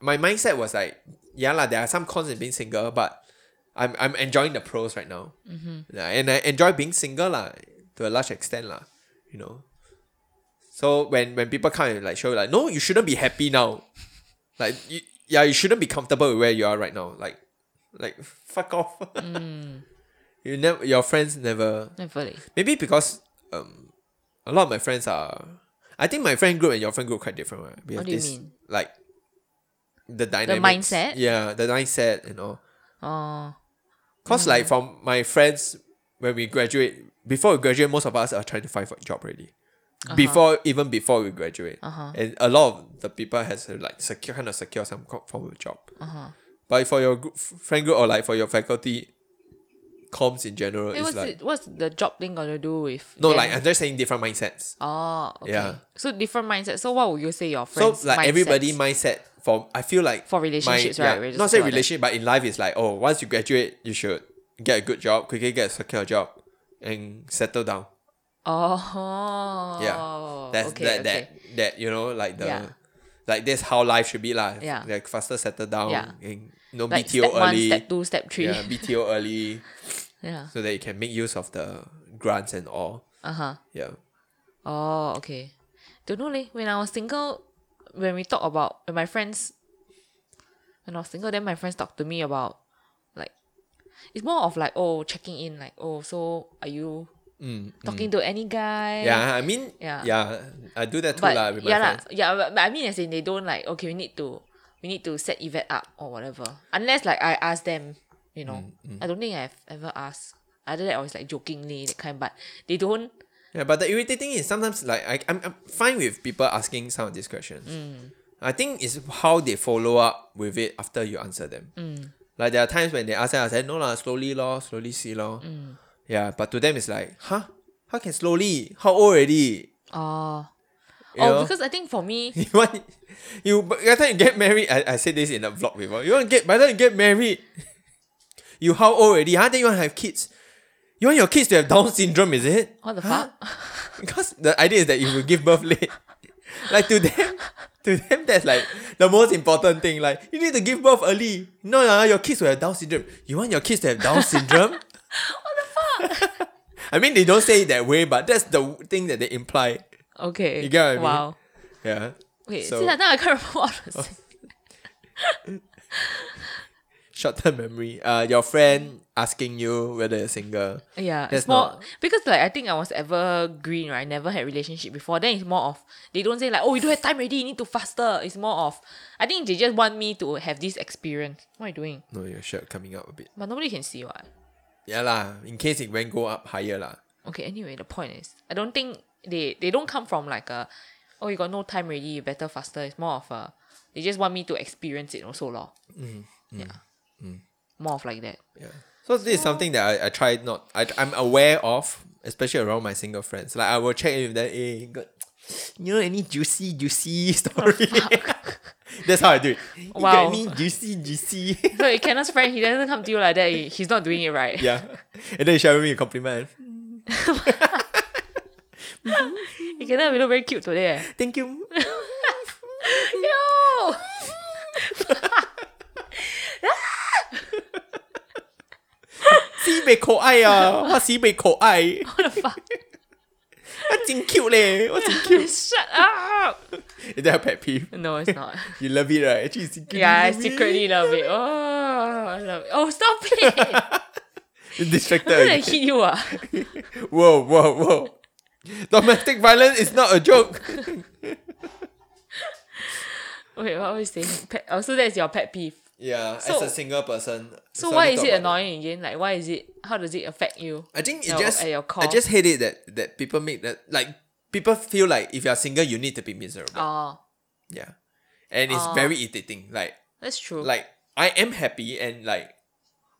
my mindset was like, yeah lah. There are some cons in being single, but I'm I'm enjoying the pros right now. Yeah, Mm. and I enjoy being single lah, to a large extent lah, you know. So when when people come and like show you like, no, you shouldn't be happy now, [laughs] like you, yeah, you shouldn't be comfortable with where you are right now. Like, like [laughs] fuck off. [laughs] you never your friends never
Never. like-
maybe because um a lot of my friends are. I think my friend group and your friend group are quite different, right? We
What
have
do you
this
mean?
like the dynamics,
mindset?
Yeah, the mindset and all.
Oh,
Cause like from my friends, when we graduate, before we graduate, most of us are trying to find a job already. Before even before we graduate,
Uh-huh.
and a lot of the people has to like secure kind of secure some co- form of job.
Uh-huh.
But for your group, f- friend group or like for your faculty, comms in general,
hey,
it's
what's
like
it, what's the job thing got to do with?
no,
them?
like I'm just saying different mindsets.
oh, okay.
Yeah.
So different mindset. So what would you say your
So
friends?
like everybody
mindsets?
mindset for I feel like
For relationships, right? We're just
not say
talking about that.
relationship, but in life it's like oh, once you graduate, you should get a good job, quickly get a secure job, and settle down.
Oh.
Yeah. That's
okay,
that,
okay.
that that you know like the
Yeah.
like that's how life should be like.
Yeah.
Like faster settle down
Yeah.
and no
Like
BTO
step one,
early.
step two, step three.
Yeah,
Yeah.
BTO early
[laughs] yeah.
so that you can make use of the grants and all.
Uh huh.
Yeah.
Oh, okay. Don't know leh. When I was single, when we talk about when my friends, when I was single, then my friends talk to me about like, it's more of like oh checking in like oh so are you talking to any guy?
Mm, Yeah, I mean
Yeah.
yeah, I do that too
but
lah with my
yeah lah,
friends.
yeah. But, but I mean, as in they don't like okay, we need to we need to set event up or whatever. Unless like I ask them, you know,
Mm,
I don't think I've ever asked. Either that or it's like jokingly that kind, but they don't.
Yeah, but the irritating is sometimes like I, I'm, I'm fine with people asking some of these questions.
Mm.
I think it's how they follow up with it after you answer them.
Mm.
Like there are times when they ask, I say no lah, slowly lor, slowly see lor.
Mm.
Yeah, but to them it's like, huh? How can slowly? How old already?
Oh,
You
oh,
know?
because I think for me,
[laughs] you want you by the time you get married. I, I said this in a vlog before. You want to get by the time you get married. [laughs] You how old already? Huh? Then you want to have kids. You want your kids to have Down syndrome, is it?
what the
Huh?
fuck?
[laughs] Because the idea is that you will give birth late. [laughs] like to them, to them that's like the most important thing. Like you need to give birth early. No, no, no, your kids will have Down syndrome. You want your kids to have Down
[laughs]
syndrome? what the fuck? [laughs] I mean, they don't say it that way, but that's the thing that they imply.
Okay.
You get what I mean?
wow.
Yeah.
Wait,
So- Oh,
see that now I can't [laughs] remember what I was saying.
Short term memory. Uh, your friend asking you whether you're single.
Yeah,
That's
it's more
not-
because like I think I was ever green, right? I never had relationship before. Then it's more of they don't say like, oh, you don't have time already, you need to faster. It's more of I think they just want me to have this experience. What are you doing?
No, your shirt coming up a bit.
But nobody can see what.
Yeah lah. In case it went go up higher lah.
Okay, anyway, the point is I don't think they they don't come from like a oh you got no time already, you better faster. It's more of a they just want me to experience it also lor.
Mm-hmm.
Mm, yeah. More of like that.
Yeah. So this is something that I, I try not I I'm aware of, especially around my single friends. Like I will check in with them, hey, got, you know any juicy juicy [laughs] story? That's how I do it. You
Wow.
got any juicy juicy? [laughs]
So it cannot friend, he doesn't come to you like that. he- He's not doing it right.
yeah. And then you shower me a compliment.
He cannot we look very cute
[laughs]
today. eh.
Thank you.
Yo!
Sibei 可爱啊，我 Sibei 可爱，
What the fuck?
我真 cute 咧，我真 cute。
Shut up!
Is that a pet peeve?
No, it's not.
You love it, right? Actually, you secretly
yeah, I
love it.
secretly love it. Oh, I love it. Oh, stop
[laughs]
it! I'm
You distracted.
[laughs] gonna
again.
hit you. Ah.
Whoa, whoa, whoa. Domestic violence is not a joke.
Wait, what was I saying? Pet- oh, so that's your pet peeve.
Yeah, as
So-
a single person.
So
so
why
little
is it
about
annoying again? Like why is it? How does it affect you?
I think it
your-
just
at your
I
core?
just hate it that that people make that like people feel like if you're single you need to be miserable.
Oh,
yeah. And it's
Oh.
very irritating. Like
that's true.
like I am happy and like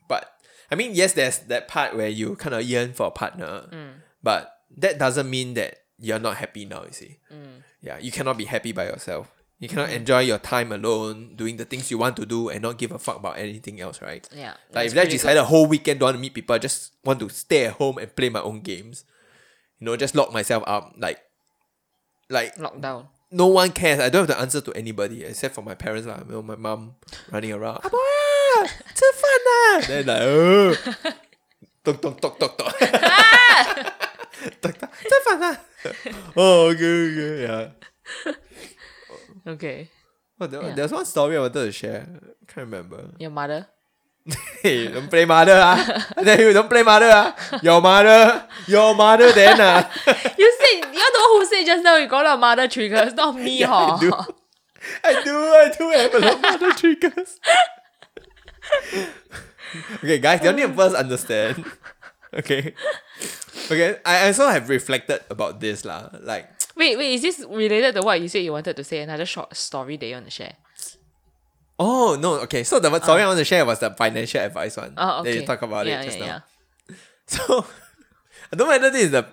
but I mean yes there's that part where you kind of yearn for a partner.
Mm.
But that doesn't mean that you're not happy now, you see.
Mm.
Yeah, you cannot be happy by yourself. You cannot enjoy your time alone, doing the things you want to do and not give a fuck about anything else, right?
yeah.
Like if
that's
I
pretty
decided a whole weekend don't want to meet people, I just want to stay at home and play my own games. You know, just lock myself up. Like like
good. lockdown.
no one cares. I don't have to answer to anybody except for my parents, like you know, my mom running around. "Ah, boy, ah, 吃饭啊." Then like oh. talk talk talk talk talk. Talk, talk. "吃饭啊." ah." [laughs] oh okay, okay yeah.
Okay,
Well, there,
Yeah.
There's one story I wanted to share. Can't remember. [laughs]
your mother.
hey, don't play mother ah. I tell you, don't play mother ah. Your mother, your mother then ah.
you said you're the one who said just now you got a lot of mother triggers, not me,
Yeah,
hor.
I do. [laughs] I do, I do have a lot of mother [laughs] triggers. okay, guys, you need to first understand. [laughs] Okay. Okay, I also have reflected about this lah. Like,
Wait, wait, is this related to what you said you wanted to say? Another short story that you want to share?
oh no, okay. So the story I want to share was the financial advice one.
Oh, okay.
That you talk about
yeah,
it just
yeah,
now. [laughs] So I don't know whether this is the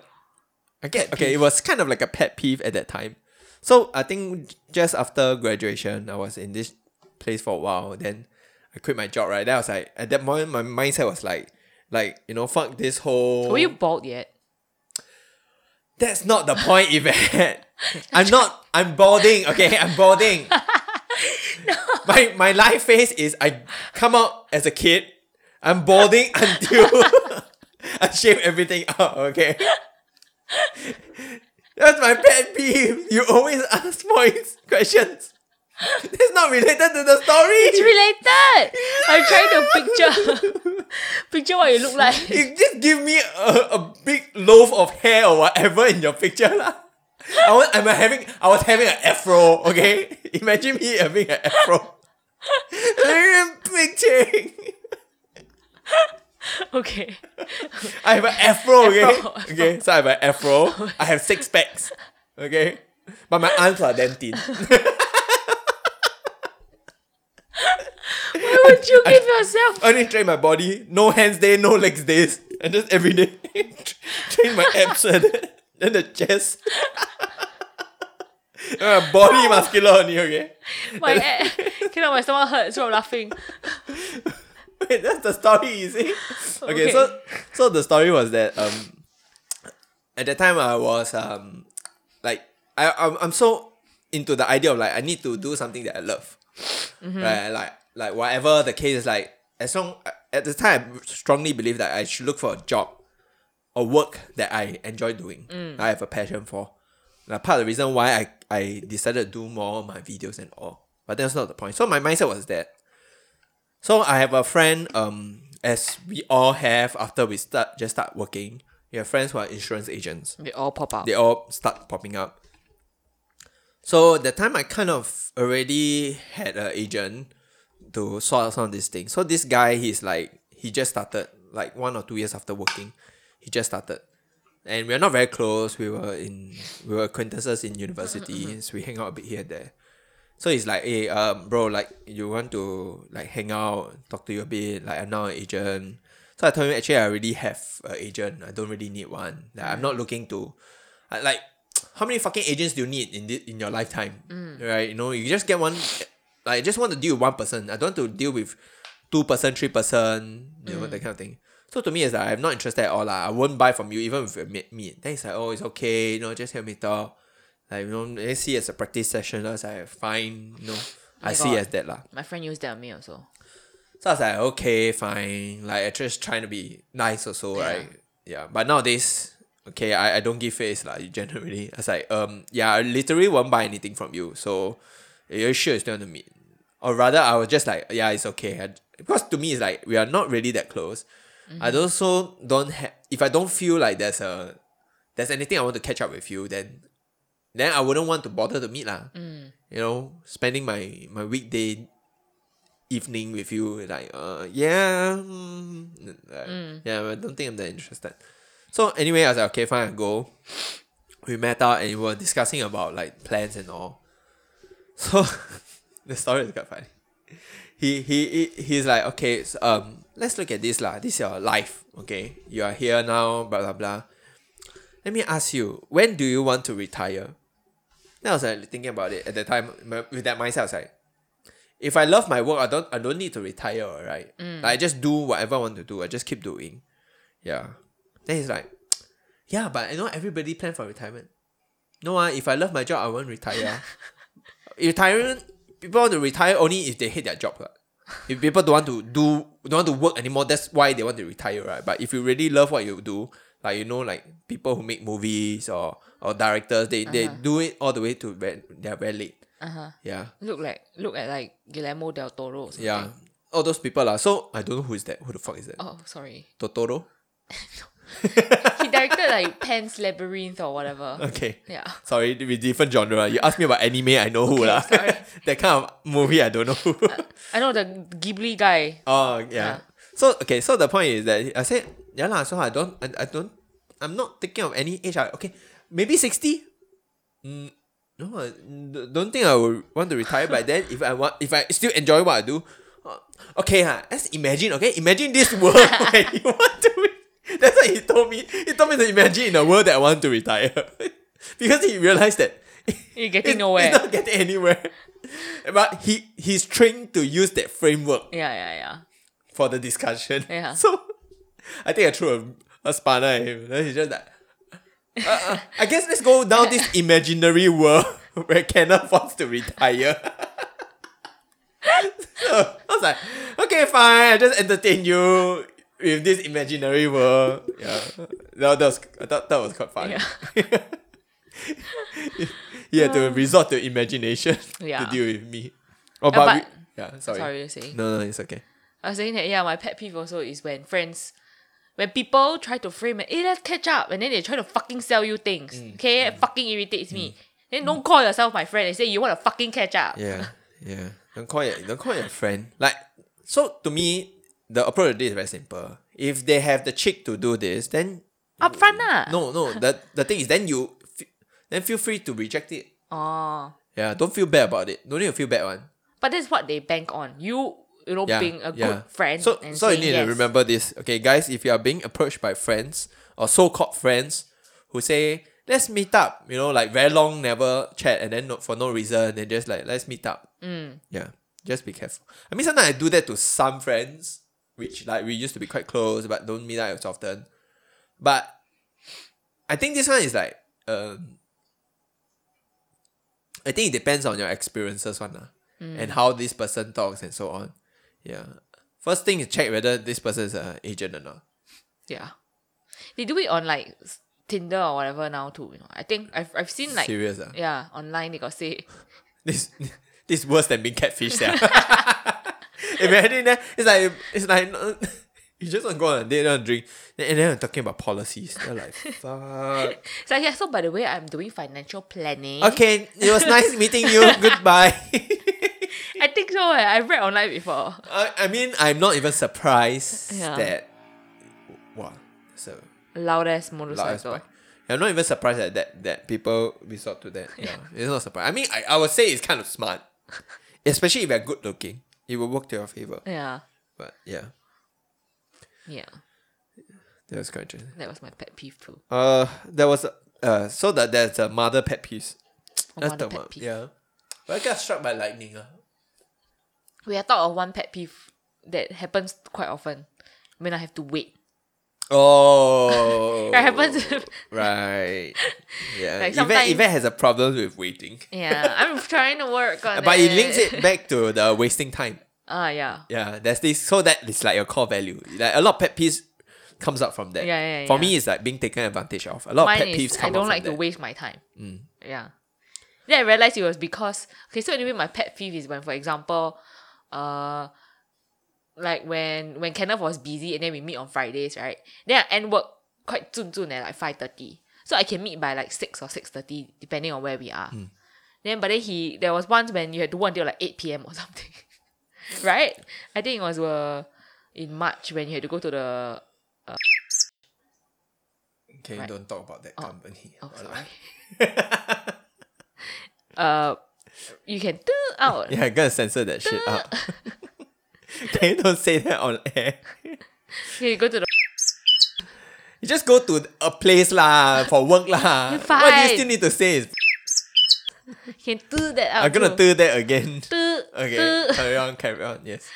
I get okay, it was kind of like a pet peeve at that time. So I think j- just after graduation, I was in this place for a while, then I quit my job, right? Then I was like at that moment my mindset was like like, you know, fuck this whole
yeah. Were you bald yet?
That's not the point, Yvette. I'm not I'm balding, okay? I'm balding. My my life phase is I come out as a kid, I'm balding until [laughs] I shave everything out, okay? That's my pet peeve. You always ask [laughs] points questions. That's not related to the
It's
story.
related! I'm trying to picture [laughs] picture what you look like. [laughs]
You just give me a, a big loaf of hair or whatever in your picture, lah. I was I'm having I was having an afro, okay? [laughs] Imagine me having an afro. I'm picturing.
Okay.
I have an afro, okay?
Afro,
Okay, so I have an afro. I have six packs, okay? But my aunts are damn thin.
Why would you give yourself
only train my body. No hands day, no legs days. And just every day [laughs] train my abs and then- then the chest. [laughs] Uh, body muscular only, okay? [laughs]
my ass? Cannot, my stomach hurts from laughing.
[laughs] Wait, that's the story, you see? Okay, so so the story was that um at that time I was um like I I'm, I'm so into the idea of like I need to do something that I love. Right? Like like whatever the case is like as long at the time I strongly believe that I should look for a job or work that I enjoy doing. I have a passion for. Now part of the reason why I, I decided to do more of my videos and all. But that's not the point. So my mindset was that so I have a friend, um, as we all have after we start just start working, you have friends who are insurance agents.
They all pop out.
They all start popping up. So the time I kind of already had an agent to sort out some of these things. So this guy, he's like he just started like one or two years after working, he just started, and we're not very close. We were in we were acquaintances in university, so we hang out a bit here and there. So he's like, hey, um, bro, like you want to like hang out, talk to you a bit, like I'm now an agent. So I told him actually I already have an agent. I don't really need one. Like I'm not looking to, I, like, how many fucking agents do you need in this, in your lifetime, right? You know, you just get one. Like I just want to deal with one person. I don't want to deal with two person, three person, you know that kind of thing. So to me, it's like I'm not interested at all. Like I won't buy from you even if you meet me. Then he's like, oh, it's okay. You know, just help me talk. Like you know, let's see as a practice session. I was like, fine. You know, I see
God.
as that lah.
My friend used that on me also.
So I was like, okay, fine. Like I just trying to be nice also, right? Yeah. But nowadays, okay, I, I don't give face like generally. I was like, um, yeah, I literally won't buy anything from you. So are you sure it's not to meet? Or rather I was just like, yeah, it's okay. I, because to me it's like we are not really that close. I also don't have if I don't feel like there's a there's anything I want to catch up with you, then then I wouldn't want to bother to meet lah. You know, spending my my weekday evening with you. Like, uh, yeah, mm, like, yeah. I don't think I'm that interested. So anyway, I was like, okay, fine, I go. We met up and we were discussing about like plans and all. [laughs] So the story is quite funny. He, he he he's like, okay, so, um, let's look at this lah. This is your life, okay? You are here now, blah blah blah. Let me ask you, when do you want to retire? Then I was like thinking about it at the time my- with that mindset. I was like, if I love my work, I don't I don't need to retire, right? Like, I just do whatever I want to do. I just keep doing. Yeah. Then he's like, yeah, but you know everybody plan for retirement. No, ah, if I love my job, I won't retire. Retirement people want to retire only if they hate their job. Right? If people don't want to do don't want to work anymore, that's why they want to retire, right? But if you really love what you do, like you know, like people who make movies or or directors, they, they do it all the way to when they're very late.
Uh huh.
Yeah.
Look like look at like Guillermo del Toro. Or something.
Yeah. All those people are so I don't know who is that. Who the fuck is that?
Oh, sorry.
Totoro?
He directed like Pan's Labyrinth or whatever.
Okay.
Yeah.
Sorry, with different genre. You ask me about anime, I know who lah.
sorry.
[laughs]
Uh,
that kind of movie I don't know who.
I know the Ghibli guy.
Oh yeah.
Yeah.
So okay, so the point is that I said yeah lah. So I don't, I, I don't, I'm not thinking of any age. I, okay, maybe sixty. Mm, no, I d- don't think I would want to retire by then. If I want, if I still enjoy what I do, Uh, okay huh, Let's imagine. Okay, imagine this [laughs] world where you want to. Re- That's what he told me. He told me to imagine in a world that I want to retire, [laughs] because he realized that
You're
it's-
getting nowhere.
It's not getting anywhere. but he he's trained to use that framework
Yeah, yeah, yeah.
for the discussion.
Yeah.
[laughs] So I think I threw a, a spanner at him. Then he's just like, "Uh, uh, I guess let's go down
[laughs]
this imaginary world [laughs] where Kenneth wants to retire. [laughs] so I was like, okay, fine, I just entertain you with this imaginary world. Yeah. That, that was I thought that was quite funny. [laughs] he had to resort to imagination [laughs]
Um, Yeah. Uh,
to deal with me. Oh, but,
but-
we- yeah, sorry.
Sorry, you're saying.
No, no, it's okay.
I was saying that yeah, my pet peeve also is when friends, when people try to frame it, hey, let's catch up, and then they try to fucking sell you things.
Mm.
Okay, it fucking irritates me. Then don't call yourself my friend and say you want to fucking catch up.
Yeah, yeah. Don't call it. Don't call it a friend. Like so, to me, the approach to this is very simple. If they have the cheek to do this, then
Upfront lah.
no, no. The the thing is, then you, f- then feel free to reject it.
Oh.
Yeah, don't feel bad about it. Don't need to feel bad one.
But that's what they bank on. You, you know,
Yeah,
being a
yeah.
good friend.
So
and
so you
saying
need
yes.
to remember this. Okay, guys, if you are being approached by friends or so called friends who say let's meet up, you know, like very long never chat, and then no, for no reason, they just like let's meet up.
Mm.
Yeah, just be careful. I mean, sometimes I do that to some friends, which like we used to be quite close, but don't meet up as often. But I think this one is like, um, I think it depends on your experiences, one lah,
Mm.
and how this person talks and so on. Yeah. First thing is check whether this person is an agent or not.
Yeah. They do it on like s- Tinder or whatever now too. You know, I think I've I've seen like
Serious ah. [laughs]
yeah online they got say
This this is worse than being catfished.
[laughs]
Yeah. [laughs] Imagine that it's like it's like [laughs] you just want to go on a date, want to drink, then- and then you're talking about policies. They're
[laughs]
like, fuck.
it's like yeah. So by the way, I'm doing financial planning.
Okay, it was nice meeting
[laughs]
you. Goodbye. [laughs]
I think so. Eh. I've read online before.
I, I mean, I'm not even surprised
Yeah.
that. Wow, so
Loudest
loud as
motorcycle.
fuck. I'm not even surprised that, that that people resort to that. Yeah, it's not surprised. I mean, I, I would say it's kind of
[laughs]
smart, especially if you're good looking. It will work to your favor.
Yeah.
But yeah,
Yeah.
that was quite interesting.
That was my pet peeve too.
Uh, there was a- uh, so that there's a mother pet peeve.
A
That's
mother
the
pet
one.
peeve.
Yeah, but I got struck by
[laughs]
lightning. Uh.
We have thought of one pet peeve that happens quite often. When I have to wait.
Oh,
It happens [laughs]
Right. Yeah.
Like
Yvette,
sometimes-
Yvette has a problem with waiting.
Yeah. I'm trying to work on
But
it
it links it back to the wasting time.
Ah yeah.
Yeah. There's this so that is like your core value. Like a lot of pet peeves comes up from that.
Yeah, yeah,
For
yeah.
me it's like being taken advantage of. A lot
Mine
of pet peeves
is
come
I
up
don't
from
like to
that. Mm.
waste my time. Yeah. Then I realized it was because okay, so anyway, my pet peeve is when, for example, uh, like when when Kenneth was busy and then we meet on Fridays, right? Then I end work quite soon soon at like five thirty, so I can meet by like six or six thirty depending
Mm.
on where we are. Then but then he there was once when you had to work until like eight p.m. or [laughs] something. right? I think it was uh, in March when you had to go to the.
Okay,
Right.
don't talk about that company.
Oh,
Or
sorry.
like-
uh, you can [laughs] do
[laughs]
out.
Yeah, I'm gonna censor that
[laughs]
shit out. [laughs] Can you don't say that on air?
You go to the.
You just go to a place lah for work lah. What do
Fine.
you still need to say is
You can do that out.
I'm gonna
[laughs]
do
too.
that again.
Do,
Okay,
do.
carry on, carry on. Yes.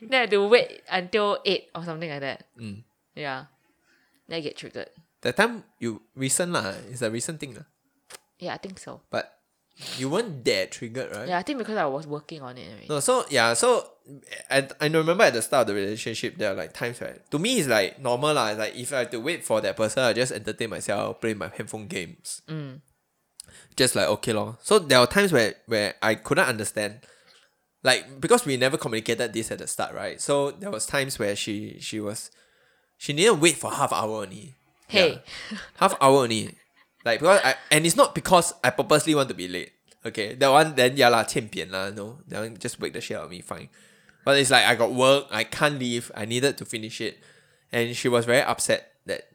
Then I had to wait until 8 or something like that.
Mm.
Yeah. Then I get triggered.
That time you recent lah. It's a recent thing lah.
Yeah, I think so.
But you weren't that triggered, right?
Yeah, I think because I was working on it. Anyway.
No, so yeah, so I, I remember at the start of the relationship there are like times where to me it's like normal lah. It's Like if I have to wait for that person, I just entertain myself, play my handphone games. Just like okay lor. So there are times where where I couldn't understand. Like because we never communicated this at the start, right? So there was times where she she was she didn't wait for half hour only.
Hey.
Yeah. half hour only. Like because I and it's not because I purposely want to be late. Okay, that one then yeah lah, 欠扁 lah, no, that one just wake the shit out of me, fine. But it's like I got work, I can't leave, I needed to finish it, and she was very upset that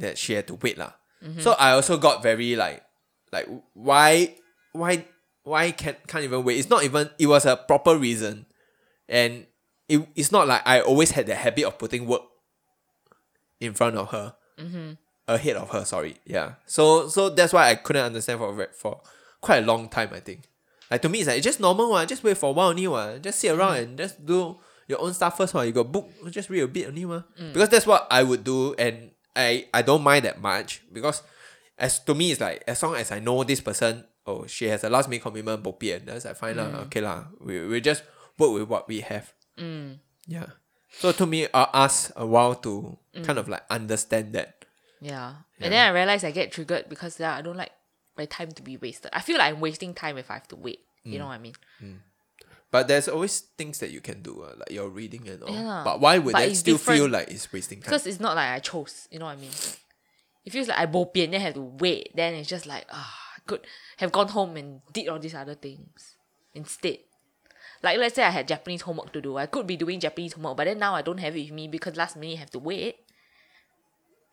that she had to wait lah. So I also got very like like why why why can't can't even wait? It's not even it was a proper reason, and it, it's not like I always had the habit of putting work in front of her ahead of her. Sorry, yeah. So so that's why I couldn't understand for a ve- for quite a long time. I think. Like to me, it's like it's just normal one. Just wait for a while only one. Just sit around and just do your own stuff first one. You got book, just read a bit only one. Because that's what I would do, and I I don't mind that much because as to me it's like as long as I know this person, oh she has a last minute commitment, bo pian. That's I find lah. Okay lah. We we just work with what we have. Yeah. So to me, uh, us a while to kind of like understand that.
Yeah. And then I realized I get triggered because yeah, I don't like my time to be wasted. I feel like I'm wasting time if I have to wait.
Mm.
You know what I mean?
But there's always things that you can do, uh, like your reading and all.
Yeah.
But why would
But
that
it's
still feel
different.
like it's wasting time?
Because it's not like I chose. You know what I mean? It feels like I bo pian, then have to wait. Then it's just like, ah, I could have gone home and did all these other things instead. Like let's say I had Japanese homework to do. I could be doing Japanese homework, but then now I don't have it with me because last minute I have to wait.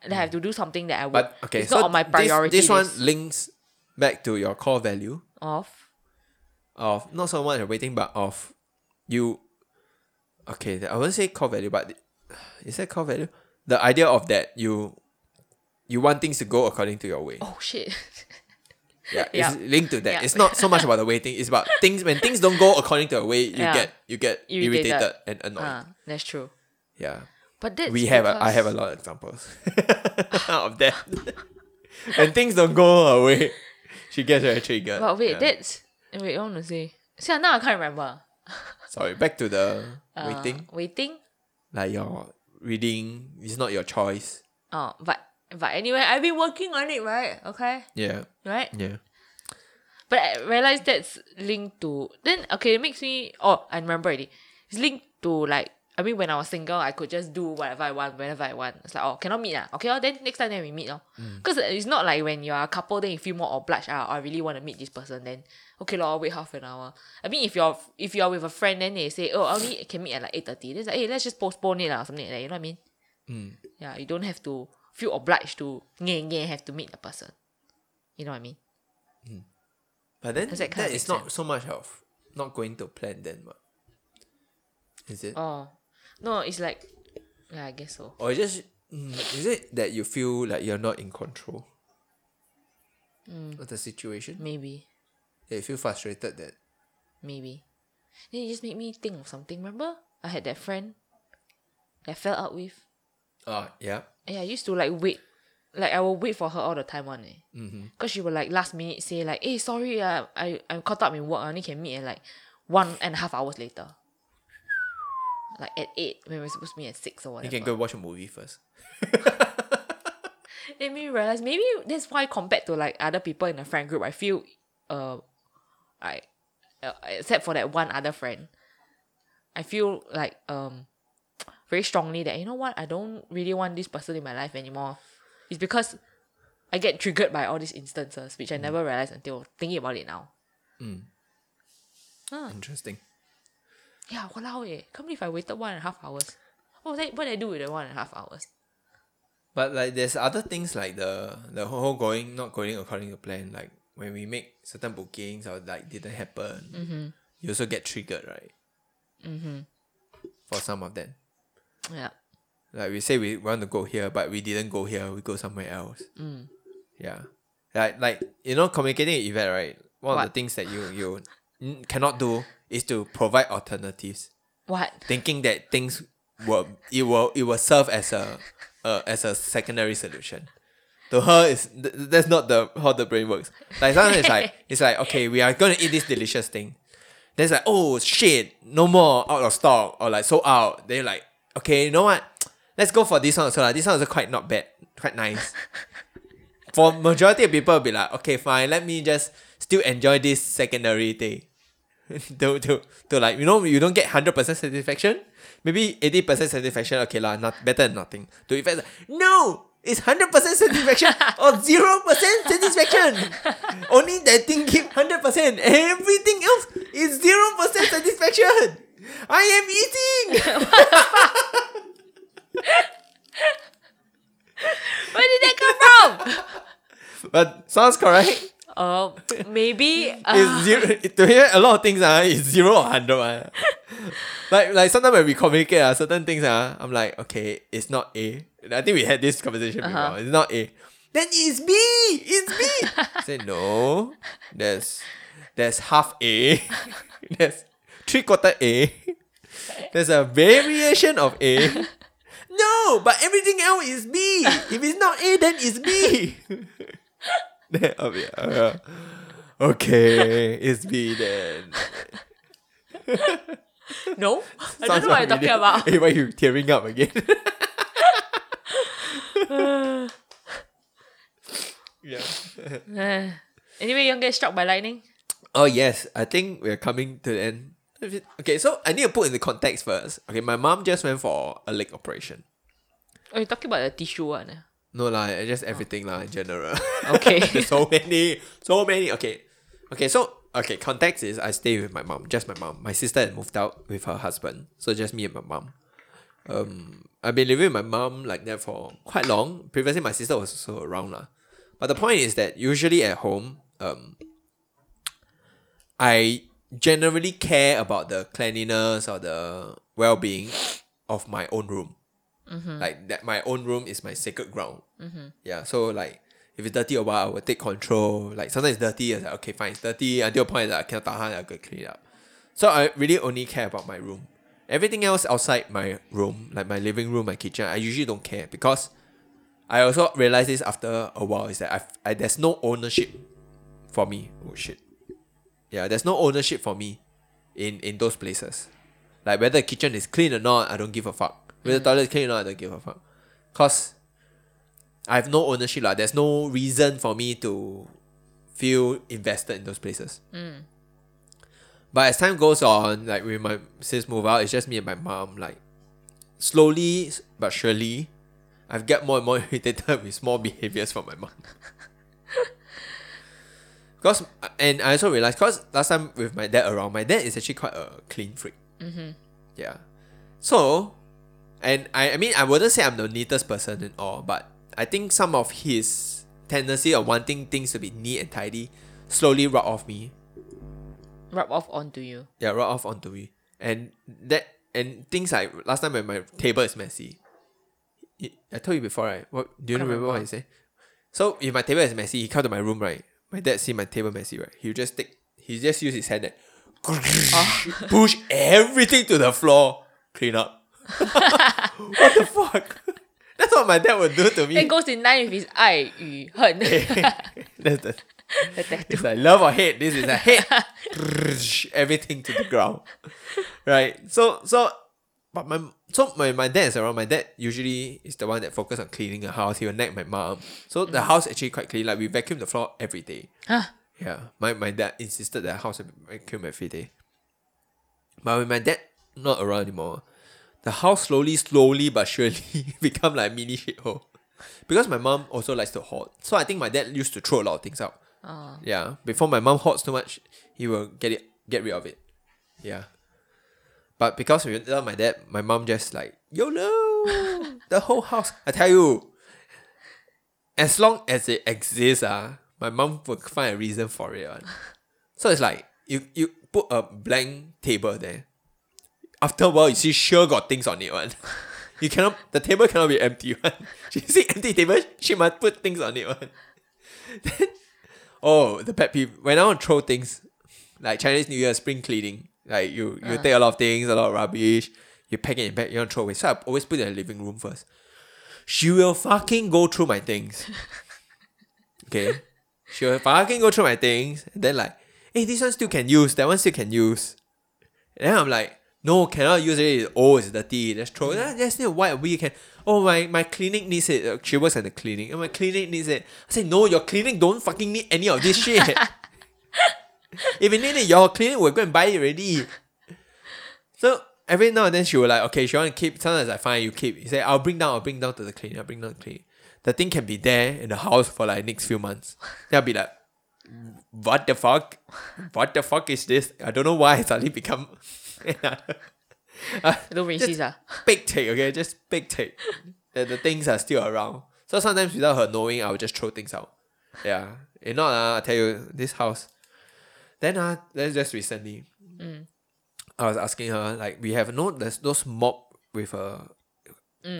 And I have to do something that I would.
But okay,
it's
so
not on my
this-
priority
This,
list
one links back to your core value
of
of not so much of waiting, but of you. Okay, I won't say core value, but is that core value? The idea of that you you want things to go according to your way.
oh shit.
yeah,
Yeah.
it's linked to that.
Yeah.
It's not so much about the waiting. It's about things when things don't go according to your way, you
Yeah.
get you get
Irritated.
irritated, and annoyed.
[laughs] Ah, that's true.
Yeah.
But that's
we have a, I have a lot of examples
[laughs]
of that. [laughs] and things don't go her way. She gets very triggered.
But wait,
Yeah.
that's wait. I want to say. See, now I can't remember.
sorry. Back to the
Uh,
waiting.
Waiting.
Like your reading is not your choice.
Oh, but but anyway, I've been working on it, right? Okay,
Yeah,
right.
yeah.
But I realized that's linked to then. Okay, it makes me. Oh, I remember already. It's linked to like. I mean, when I was single, I could just do whatever I want, whenever I want. It's like, oh, cannot meet ah. Okay, oh, then next time then we meet, Because it's not like when you're a couple, then you feel more obliged. Ah, I really want to meet this person. Then okay, lor, I'll wait half an hour. I mean, if you're if you're with a friend, then they say, oh, I only can meet at like eight thirty. Then it's like, hey, let's just postpone it lah, or something like that. You know what I mean? Yeah, you don't have to feel obliged to nge, nge, have to meet the person. You know what I mean?
But then
Does that
that, that
kind of
is
make
not so much of not going to plan then what? Is it?
Oh, no, it's like, yeah, I guess so.
Or just mm, is it that you feel like you're not in control
Mm.
of the situation?
Maybe,
That you feel frustrated that
maybe. Then it just made me think of something. Remember, I had that friend that I fell out with.
uh yeah.
Yeah, I used to like wait, like I will wait for her all the time one. Eh.
Mm-hmm.
mm Cause she would like last minute say like, "Hey, sorry, uh, I I'm caught up in work. I only can meet at like one and a half hours later." Like at eight when we're supposed to meet at six or
You
whatever.
can go watch a movie first.
It made me realize maybe that's why compared to like other people in a friend group, I feel, uh, I, uh, except for that one other friend, I feel like um, very strongly that you know what I don't really want this person in my life anymore. It's because I get triggered by all these instances, which I
Mm.
never realized until thinking about it now.
Interesting.
Yeah, walao eh. Can't believe I waited one and a half hours. What was I, what did I do with the one and a half hours?
But like there's other things like the the whole going not going according to plan. Like when we make certain bookings or like didn't happen, you also get triggered, right? Mm-hmm. For some of them,
Yeah.
like we say we want to go here, but we didn't go here. We go somewhere else. Yeah, like like you know, communicating with Yvette, right? One of
What?
the things that you you n- cannot do is to provide alternatives,
What?
thinking that things will it will it will serve as a uh, as a secondary solution. To her, is th- th- that's not the how the brain works. Like sometimes it's like it's like okay, we are gonna eat this delicious thing. Then it's like oh shit, no more out of stock or like sold out. Then you're like okay, you know what? Let's go for this one also. Like, this one also quite not bad, quite nice. for majority of people, will be like okay, fine. Let me just still enjoy this secondary thing. [laughs] to, to, to like you know you don't get hundred percent satisfaction. Maybe eighty percent satisfaction. Okay lah, not better than nothing. To effect, no, it's hundred percent satisfaction or zero percent satisfaction. Only that thing give hundred percent. Everything else is zero percent satisfaction. I am eating.
Where did that come
[laughs]
from? [laughs]
But sounds correct.
Oh, maybe. Uh,
It's zero. To hear a lot of things ah, it's zero or hundred ah. Like like sometimes when we communicate ah, certain things ah, I'm like okay, it's not A. And I think we had this conversation before. It's not A. Then it's B. It's B. I Say no. There's there's half A. [laughs] there's three quarter A. There's a variation of A. No, but everything else is B. If it's not A, then it's B. [laughs] then I'll be, uh, okay, it's B
[laughs]
then. [laughs]
no, I don't
Sounds
know what you're talking
familiar.
about.
Hey, why you tearing up
[laughs]
again? yeah.
Eh. [laughs] anyway, you don't get struck by lightning.
Oh yes, I think we're coming to the end. of it. Okay, so I need to put in the context first. Okay, my mom just went for a leg operation.
Oh, you're talking about the tissue one. eh?
No lah, I just everything lah in general. [laughs]
Okay.
There's so many, so many. Okay, okay. So okay, context is I stay with my mom, just my mom. My sister had moved out with her husband, so just me and my mom. Um, I've been living with my mom like that for quite long. Previously, my sister was also around lah. But the point is that usually at home, um, I generally care about the cleanliness or the well-being of my own room. Like that, my own room is my sacred ground. Yeah, so like if it's dirty or what, I will take control. Like sometimes it's dirty, it's like okay, fine, it's dirty. Until a point that I cannot tahan, I go clean it up. So I really only care about my room. Everything else outside my room, like my living room, my kitchen, I usually don't care because I also realized this after a while is that I've, I there's no ownership for me. Oh shit. Yeah, there's no ownership for me in in those places. Like whether the kitchen is clean or not, I don't give a fuck. Whether the toilet is clean or not, I don't give a fuck. Cause I have no ownership lah. There's no reason for me to feel invested in those places. But as time goes on, like with my sis move out, it's just me and my mom. Like slowly but surely, I've get more and more [laughs] irritated with small behaviors from my mom. Because and I also realized because last time with my dad around, my dad is actually quite a clean freak. Mm-hmm. Yeah. So, and I, I mean I wouldn't say I'm the neatest person and all, but I think some of his tendency of wanting things to be neat and tidy slowly rub off me.
Rub off onto
[laughs]
you.
Yeah, rub off onto me. And that and things like last time when my table is messy. I I told you before, right? What do you
Can't
remember, what I
remember.
say? So if my table is messy, he come to my room, right? My dad see my table messy, right? He'll just take he just use his hand and
Ah.
[laughs] push everything to the floor, clean
[laughs]
up. [laughs] what the fuck? [laughs] That's what my dad would do to me.
It goes in line with his 爱与恨.
[laughs] That's the
[laughs] The tattoo.
[laughs] It's like love or hate. This is a hate. Everything to the ground. Right. So so but my so my, my dad is around. My dad usually is the one that focus on cleaning the house. He will nag my mom. So the house actually quite clean. Like we vacuum the floor every day. Yeah. My my dad insisted that house should be vacuumed every day. But when my dad not around anymore, the house slowly, slowly but surely [laughs] become like a mini shithole. Because my mom also likes to hoard. So I think my dad used to throw a lot of things out.
Oh.
Yeah, before my mom hoards too much, he will get it get rid of it. Yeah. But because we without my dad, my mom just like, YOLO! the whole house. I tell you, as long as it exists, ah, my mom will find a reason for it. one. So it's like, you, you put a blank table there. After a while, you see sure got things on it. One. You cannot, the table cannot be empty. One. [laughs] She see empty table, she must put things on it. One. Oh, the pet peeve. When I want to throw things, like Chinese New Year, spring cleaning, like you you take a lot of things, a lot of rubbish, you pack it in bag, you want to throw away. So I always put it in the living room first. She will fucking go through my things. okay? She will fucking go through my things. And then like, hey, this one still can use, that one still can use. And then I'm like, no, cannot use it. It's old, it's dirty. Let's throw it. Ah, Just need a white we can. Oh, my, my clinic needs it. Uh, She works at the clinic. "Oh, my clinic needs it. I say, no, your clinic don't fucking need any of this shit. [laughs] if you need it, your clinic will go and buy it already. So every now and then she will like, okay, she want to keep. Sometimes I find you keep. You say, I'll bring down, I'll bring down to the clinic. I'll bring down to the clinic. The thing can be there in the house for like next few months. Then I'll be like, what the fuck? What the fuck is this? I don't know why [laughs] I suddenly become another
Don't racist ah.
big take, okay? Just big take. that the things are still around. So sometimes without her knowing, I will just throw things out. Yeah. If not, uh, I tell you, this house. Then uh, then just recently, I was asking her, like, we have no, there's those mop with a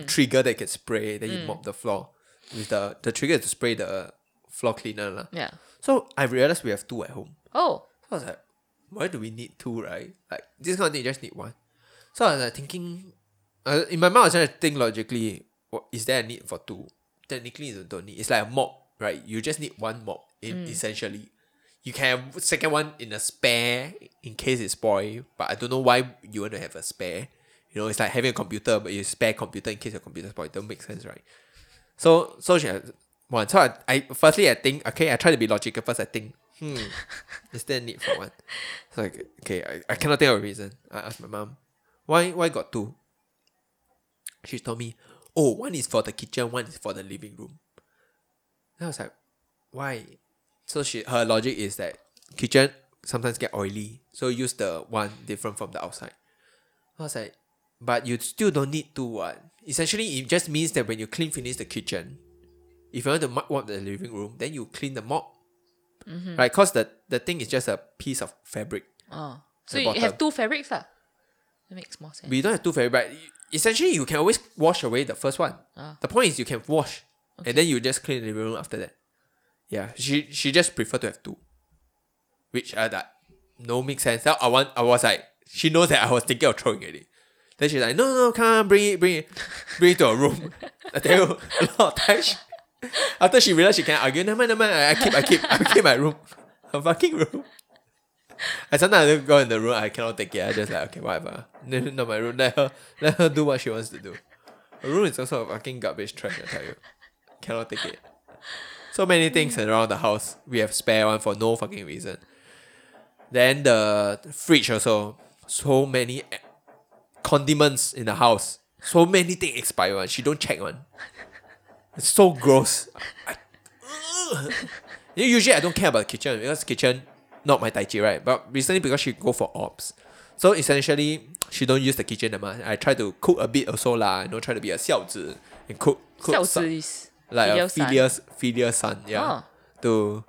trigger that can spray, then you mop the floor. With the, the trigger is to spray the floor cleaner. lah.
Yeah.
So I realized we have two at home.
Oh.
So I was like, why do we need two, right? Like this kind of thing, you just need one. So I was like thinking, uh, in my mind, I was trying to think logically. What is there a need for two? Technically, you don't need. It's like a mop, right? You just need one mop, in, essentially. You can have second one in a spare in case it's spoiled, but I don't know why you want to have a spare. You know, it's like having a computer, but you spare computer in case your computer spoiled. Don't make sense, right? So so she has one. So I, I firstly I think okay, I try to be logical first. I think hmm, is there a need for one? So like okay, I, I cannot think of a reason. I asked my mom, why why got two? She told me, oh, one is for the kitchen, one is for the living room. Then I was like, why? So she her logic is that kitchen sometimes get oily, so use the one different from the outside. I was like, but you still don't need to what? Essentially, it just means that when you clean finish the kitchen, if you want to mop up the living room, then you clean the mop, right? Cause the the thing is just a piece of fabric.
Oh. So
The
you have
bottom.
two fabrics lah. That makes more sense.
We don't have two fabric, but essentially you can always wash away the first one.
Ah.
The point is you can wash, and then you just clean the living room after that. Yeah, she she just prefer to have two, which I that no make sense. So I want I was like she knows that I was thinking of throwing it. Then she's like, no, no, no, come, bring it, bring it, bring it to a room. [laughs] I tell you, a lot of times, she- after she realized she can't argue, never mind, never mind, I I keep, I keep, I keep my room, [laughs] her fucking room. I sometimes I don't go in the room, I cannot take it. I just like, okay, whatever. [laughs] No, no, not my room. Let her, let her do what she wants to do. Her room is also a fucking garbage trash, I tell you. Cannot take it. So many things around the house. We have spare one for no fucking reason. Then the fridge also. So many eh, condiments in the house. So many things expire one. She don't check one. It's so gross. I- Ugh. You know, Usually I don't care about the kitchen because kitchen not my tai chi right. But recently because she go for ops, so essentially she don't use the kitchen that much. I try to cook a bit also lah. You know, try to be a 孝子 and cook cook some-
孝子 is
like
filial
a
son.
filial
[laughs]
filial son, yeah.
Oh.
To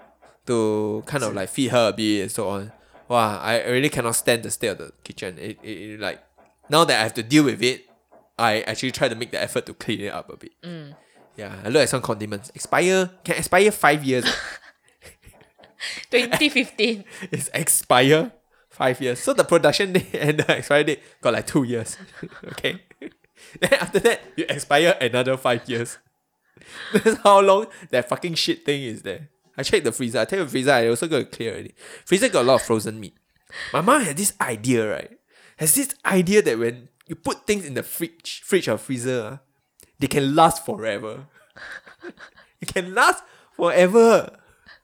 to kind of like feed her a bit and so on. Wow, I really cannot stand the state of the kitchen. It, it, it like now that I have to deal with it, I actually try to make the effort to clean it up a bit.
Mm.
Yeah, I look at some condiments. Expire can expire five years.
2015.
[laughs] it's expire five years. So the production date [laughs] and the expiry date got like two years. [laughs] okay. then after that, you expire another five years. [laughs] That's how long that fucking shit thing is there. I checked the freezer. I tell you freezer, I also got to clear already. Freezer got a lot of frozen meat. My mom had this idea, right? Has this idea that when you put things in the fridge, fridge or freezer, ah, they can last forever. [laughs] it can last forever.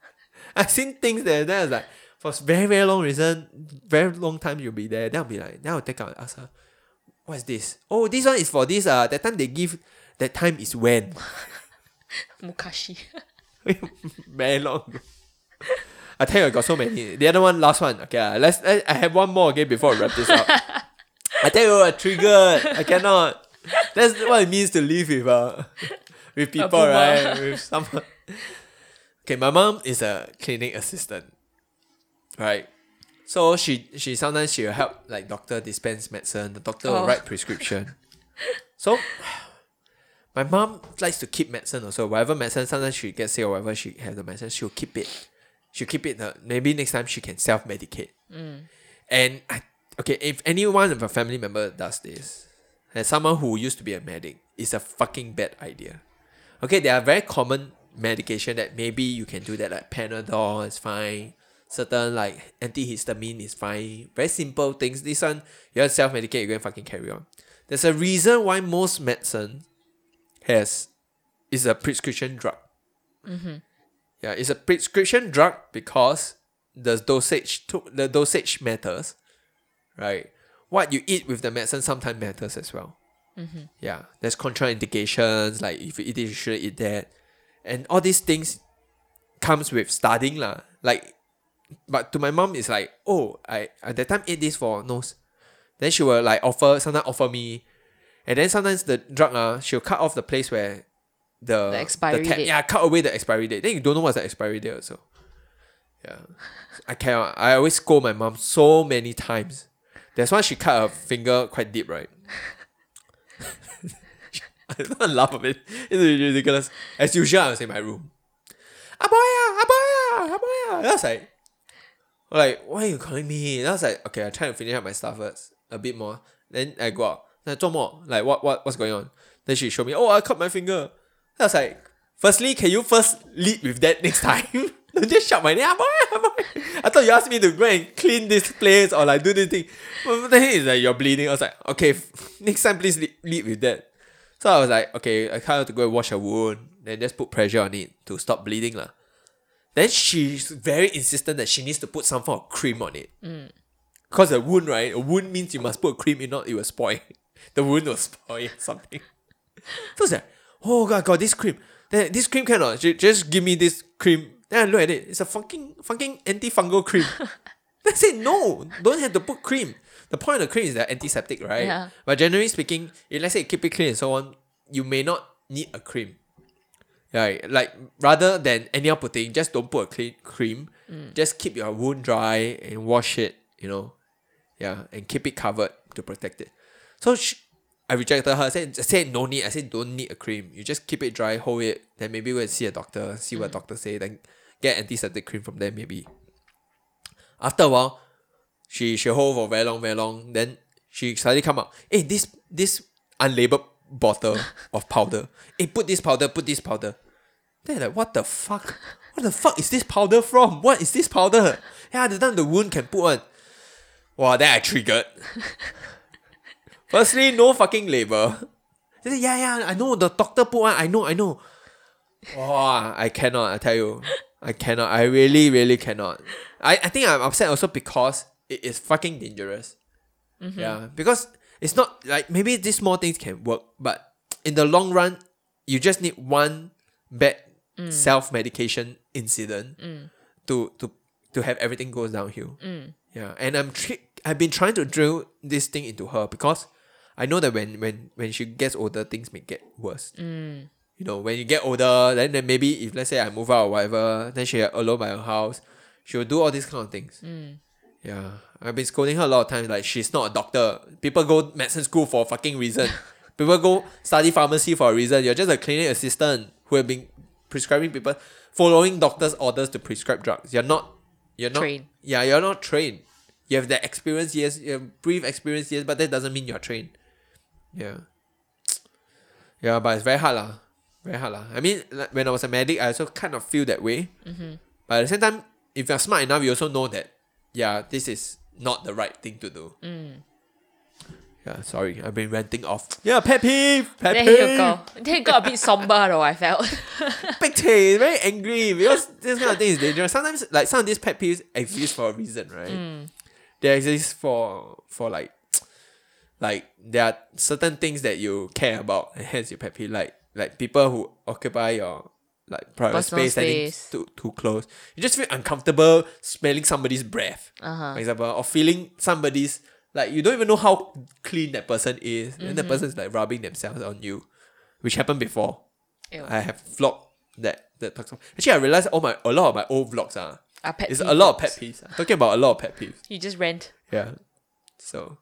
[laughs] I've seen things there. Then I was like, for very, very long reason, very long time you'll be there. Then I'll be like, then I'll take out and ask her, what's this? Oh, this one is for this. Uh, that time they give, that time is when. [laughs]
Mukashi.
very long. I tell you, I got so many. The other one, last one. Okay, uh, let's. I, I have one more again before I wrap this up. I tell you, I triggered. I cannot. That's what it means to live with uh, with people,
boomer.
right? With someone. Okay, my mom is a clinic assistant, right? So she she sometimes she will help like doctor dispense medicine. The doctor
Oh.
will write prescription. so my mom likes to keep medicine also. Whatever medicine, sometimes she gets sick or whatever she has the medicine, she'll keep it. She'll keep it. uh, Maybe next time she can self medicate. And I, okay, if anyone of a family member does this, as someone who used to be a medic, it's a fucking bad idea. Okay, there are very common medication that maybe you can do that, like Panadol is fine. Certain like antihistamine is fine. Very simple things. This one, you want self medicate, you can fucking carry on. There's a reason why most medicine has is a prescription drug. Yeah, it's a prescription drug because the dosage to, the dosage matters, right? What you eat with the medicine sometimes matters as well. Yeah, there's contraindications like if you eat this, you shouldn't eat that, and all these things comes with studying lah. Like, but to my mom it's like, oh, I at that time ate this for nose, then she will like offer sometimes offer me, and then sometimes the drug ah she'll cut off the place where the
The expiry
cap-
date.
Yeah, cut away the expiry date. Then you don't know what's the expiry date also. Yeah, I cannot. I always scold my mom so many times. That's why she cut her finger quite deep, right? [laughs] I don't laugh a bit. It's ridiculous. As usual, I was in my room. Aboya, aboya, aboya. And I was like, like, why are you calling me? And I was like, okay, I try to finish up my stuff first, a bit more. Then I go out. Then more. Like, what, what, what's going on? Then she showed me, oh, I cut my finger. I was like, firstly, can you first lead with that next time? [laughs] Don't just shout my name. Aboya, aboya. I thought you asked me to go and clean this place or like do this thing. But then it's like, you're bleeding. I was like, okay, [laughs] f- next time, please lead, lead with that. So I was like, okay, I kind of have to go and wash her wound, then just put pressure on it to stop bleeding. lah. Then she's very insistent that she needs to put some form of cream on it. Because a wound, right? A wound means you must put a cream, if not, it will spoil. [laughs] the wound will spoil something. So I was like, oh god, I got this cream. Then this cream cannot. Ju- Just give me this cream. Then I look at it. It's a fucking fucking antifungal cream. then I said, no, don't have to put cream. The point of the cream is the antiseptic, right?
Yeah.
But generally speaking, if let's say you keep it clean and so on, you may not need a cream. Right, like rather than anyhow putting, just don't put a clean cream. Just keep your wound dry and wash it, you know. Yeah, and keep it covered to protect it. So she, I rejected her. I said, I said no need. I said don't need a cream. You just keep it dry, hold it. Then maybe we'll see a doctor, see what doctor say. Then get antiseptic cream from there maybe. After a while, she she hold for very long, very long. Then she suddenly come out. Hey, this this unlabeled bottle of powder. Hey, put this powder. Put this powder. Then like, what the fuck? What the fuck is this powder from? What is this powder? Yeah, the time the wound can put on. Wow, then I triggered. Firstly, no fucking label. They say, yeah, yeah, I know the doctor put one. I know, I know. Wow, I cannot. I tell you, I cannot. I really, really cannot. I, I think I'm upset also because it is fucking dangerous. Yeah, because it's not like maybe these small things can work, but in the long run, you just need one bad self medication incident to to to have everything goes downhill. Yeah, and I'm tri- I've been trying to drill this thing into her because I know that when when when she gets older, things may get worse. You know, when you get older, then, then maybe if let's say I move out or whatever, then she alone by her house, she'll do all these kind of things. Yeah, I've been scolding her a lot of times. Like she's not a doctor. People go medicine school for a fucking reason. people go study pharmacy for a reason. You're just a clinic assistant who have been prescribing people, following doctors' orders to prescribe drugs. You're not. You're not
Trained.
Yeah, you're not trained. You have the experience, yes. You have brief experience, yes, but that doesn't mean you're trained. Yeah. Yeah, but it's very hard lah. Very hard lah. I mean, like, when I was a medic, I also kind of feel that way.
Mm-hmm.
But at the same time, if you're smart enough, you also know that, yeah, this is not the right thing to do.
Mm.
Yeah, sorry, I've been ranting off. Yeah, pet peeve, pet
There
peeve.
you go. There you go. A bit somber though.
[laughs]
I felt.
Pet peeve, very angry because this kind of thing is dangerous. Sometimes, like some of these pet peeves exist for a reason, right?
Mm.
They exist for for like, like there are certain things that you care about, and hence your pet peeve. Like like people who occupy your like private
Personal
space, standing
space.
too too close. You just feel uncomfortable smelling somebody's breath.
Uh huh.
for example, or feeling somebody's Like you don't even know how clean that person is. Then the
Mm-hmm.
person is like rubbing themselves on you, which happened before.
Ew.
I have vlog that that talks. Actually, I realized all my a lot of my old vlogs are
Are pet
it's
peeve
a lot of
vlogs.
pet peeves. I'm talking about a lot of pet peeves.
You just rant.
Yeah. So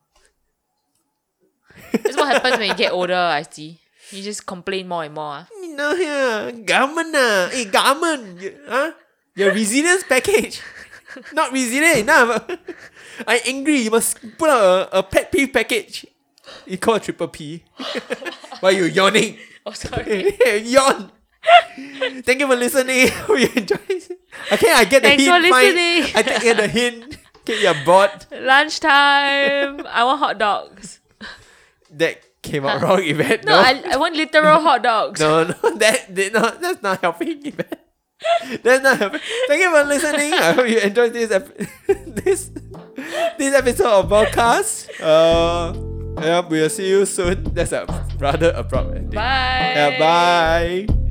That's what happens when you get older, I see. You just complain more and more. ah.
you know here, government ah, hey government, you- huh? Your resilience package, not resilient enough. [laughs] I'm angry. You must put out a, a pet peeve package. You call it triple P. [laughs] Why you yawning?
Oh, sorry.
[laughs] Yawn. Thank you for listening. [laughs] We enjoy. Okay, I get the
Thanks
hint.
for
fine.
listening.
I think I get the hint. Okay, you're bored.
Lunchtime. I want hot dogs.
That came
[laughs]
out wrong event.
No, I, I want literal hot dogs.
No, [laughs] no, that did not. That's not helping. Even. That's not helping. Thank you for listening. I hope you enjoyed this ep- [laughs] this this episode of podcast. Uh, yeah, we'll see you soon. That's a rather abrupt ending.
Bye.
Yeah, bye.